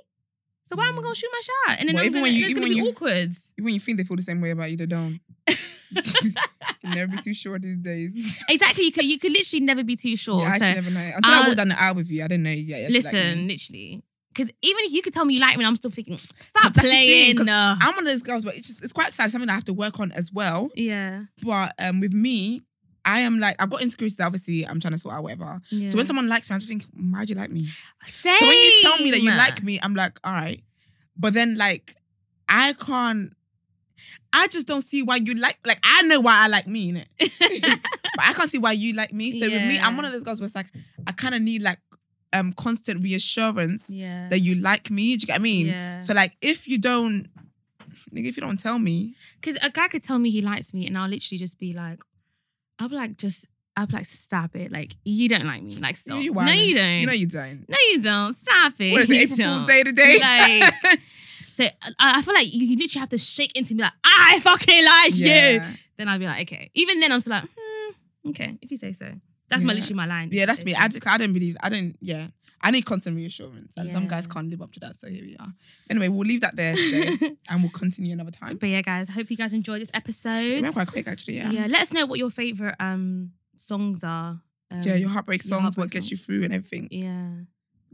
[SPEAKER 4] so why am I gonna shoot my shot? And then
[SPEAKER 3] Mm. Well,
[SPEAKER 4] I'm
[SPEAKER 3] even
[SPEAKER 4] gonna,
[SPEAKER 3] when you-
[SPEAKER 4] it's
[SPEAKER 3] even
[SPEAKER 4] gonna
[SPEAKER 3] when
[SPEAKER 4] be
[SPEAKER 3] you-
[SPEAKER 4] awkward.
[SPEAKER 3] Even when you think they feel the same way about you, they don't. you never be too sure these days.
[SPEAKER 4] Exactly, you could you could literally never be too sure.
[SPEAKER 3] Yeah, I
[SPEAKER 4] Oh, so
[SPEAKER 3] actually never know. Until I
[SPEAKER 4] I'll-
[SPEAKER 3] walked down the aisle with you, I didn't know. Yeah, you actually like me.
[SPEAKER 4] listen, literally, because even if you could tell me you like me, I'm still thinking stop
[SPEAKER 3] that's the thing,
[SPEAKER 4] playing.
[SPEAKER 3] 'cause
[SPEAKER 4] uh,
[SPEAKER 3] I'm one of those girls, but it's just, it's quite sad. Something I have to work on as well.
[SPEAKER 4] yeah,
[SPEAKER 3] But um, with me, I am like I've got insecurities. that Obviously, I'm trying to sort out whatever.
[SPEAKER 4] yeah.
[SPEAKER 3] So when someone likes me, I'm just thinking, why do you like me?
[SPEAKER 4] Same.
[SPEAKER 3] So when you tell me that you like me, I'm like, all right. But then like, I can't. I just don't see why you like. Like I know why I like me, innit? but I can't see why you like me. So with me, I'm
[SPEAKER 4] Yeah.
[SPEAKER 3] one of those girls where it's like I kind of need like um constant reassurance
[SPEAKER 4] yeah,
[SPEAKER 3] that you like me. Do you get what I mean?
[SPEAKER 4] Yeah.
[SPEAKER 3] So like, if you don't, nigga, if you don't tell me,
[SPEAKER 4] Because a guy could tell me he likes me, and I'll literally just be like, I'll be like, just, I'll be like, stop it. Like, you don't like me. Like, stop.
[SPEAKER 3] you
[SPEAKER 4] no,
[SPEAKER 3] wildin'.
[SPEAKER 4] you don't.
[SPEAKER 3] You know you don't.
[SPEAKER 4] no, you don't. Stop it.
[SPEAKER 3] What is it,
[SPEAKER 4] You
[SPEAKER 3] April Fool's
[SPEAKER 4] don't.
[SPEAKER 3] Day today?
[SPEAKER 4] Like, so I, I feel like you, you literally have to shake into me, like, I fucking like you.
[SPEAKER 3] yeah.
[SPEAKER 4] Then I'll be like, okay. Even then, I'm still like, hmm, okay, if you say so. That's my
[SPEAKER 3] Yeah.
[SPEAKER 4] literally my line. if
[SPEAKER 3] Yeah,
[SPEAKER 4] you
[SPEAKER 3] that's
[SPEAKER 4] say
[SPEAKER 3] me.
[SPEAKER 4] so.
[SPEAKER 3] I, d- I don't believe. I don't. Yeah, I need constant reassurance, and some
[SPEAKER 4] Yeah.
[SPEAKER 3] guys can't live up to that. So here we are. Anyway, we'll leave that there today, and we'll continue another time.
[SPEAKER 4] but yeah, guys, I hope you guys enjoyed this
[SPEAKER 3] It
[SPEAKER 4] episode.
[SPEAKER 3] went quite quick, actually. Yeah.
[SPEAKER 4] Yeah.
[SPEAKER 3] Yeah,
[SPEAKER 4] let us know what your favorite um songs are. Um,
[SPEAKER 3] your heartbreak
[SPEAKER 4] your
[SPEAKER 3] songs, what
[SPEAKER 4] heartbreak
[SPEAKER 3] gets you through, and everything.
[SPEAKER 4] yeah.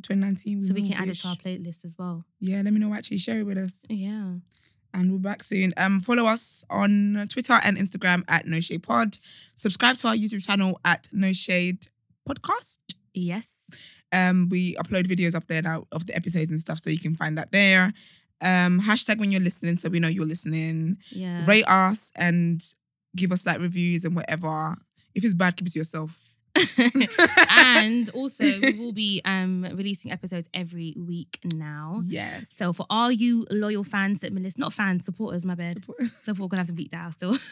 [SPEAKER 3] 2019.
[SPEAKER 4] so we
[SPEAKER 3] will
[SPEAKER 4] can add it
[SPEAKER 3] bish.
[SPEAKER 4] to our playlist as well.
[SPEAKER 3] Yeah, let me know. Actually, share it with us,
[SPEAKER 4] Yeah.
[SPEAKER 3] and we're back soon. Um, follow us on Twitter and Instagram at No Shade Pod. Subscribe to our YouTube channel at No Shade Podcast.
[SPEAKER 4] Yes.
[SPEAKER 3] Um, we upload videos up there now of the episodes and stuff, so you can find that there. Um, hashtag when you're listening, so we know you're listening.
[SPEAKER 4] Yeah.
[SPEAKER 3] Rate us and give us like reviews and whatever. If it's bad, keep it to yourself.
[SPEAKER 4] and also, we will be um releasing episodes every week now.
[SPEAKER 3] yes.
[SPEAKER 4] So for all you loyal fans at Melissa, not fans, supporters, my bad.
[SPEAKER 3] Support.
[SPEAKER 4] So we're gonna have to bleep that out still.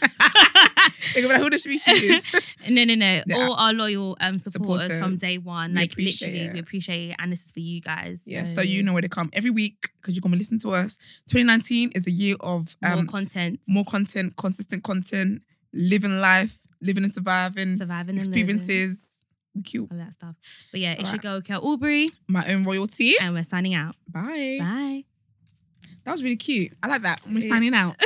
[SPEAKER 3] They're gonna be like, who does she be? She is.
[SPEAKER 4] no, no, no.
[SPEAKER 3] Yeah.
[SPEAKER 4] All our loyal um supporters,
[SPEAKER 3] Supporters.
[SPEAKER 4] from day one.
[SPEAKER 3] We
[SPEAKER 4] Like
[SPEAKER 3] appreciate
[SPEAKER 4] literally,
[SPEAKER 3] it.
[SPEAKER 4] we appreciate it. And this is for you guys.
[SPEAKER 3] Yeah, so you know where to come every week because you're gonna listen to us. 2019 is a year of um,
[SPEAKER 4] more content.
[SPEAKER 3] more content, consistent content, living life, living and surviving,
[SPEAKER 4] surviving and learning,
[SPEAKER 3] experiences. We cute.
[SPEAKER 4] all that stuff. But yeah, it's
[SPEAKER 3] All
[SPEAKER 4] your girl Kel Aubrey.
[SPEAKER 3] My own royalty.
[SPEAKER 4] And we're signing out.
[SPEAKER 3] Bye.
[SPEAKER 4] Bye.
[SPEAKER 3] That was really cute. I like that. We're signing out.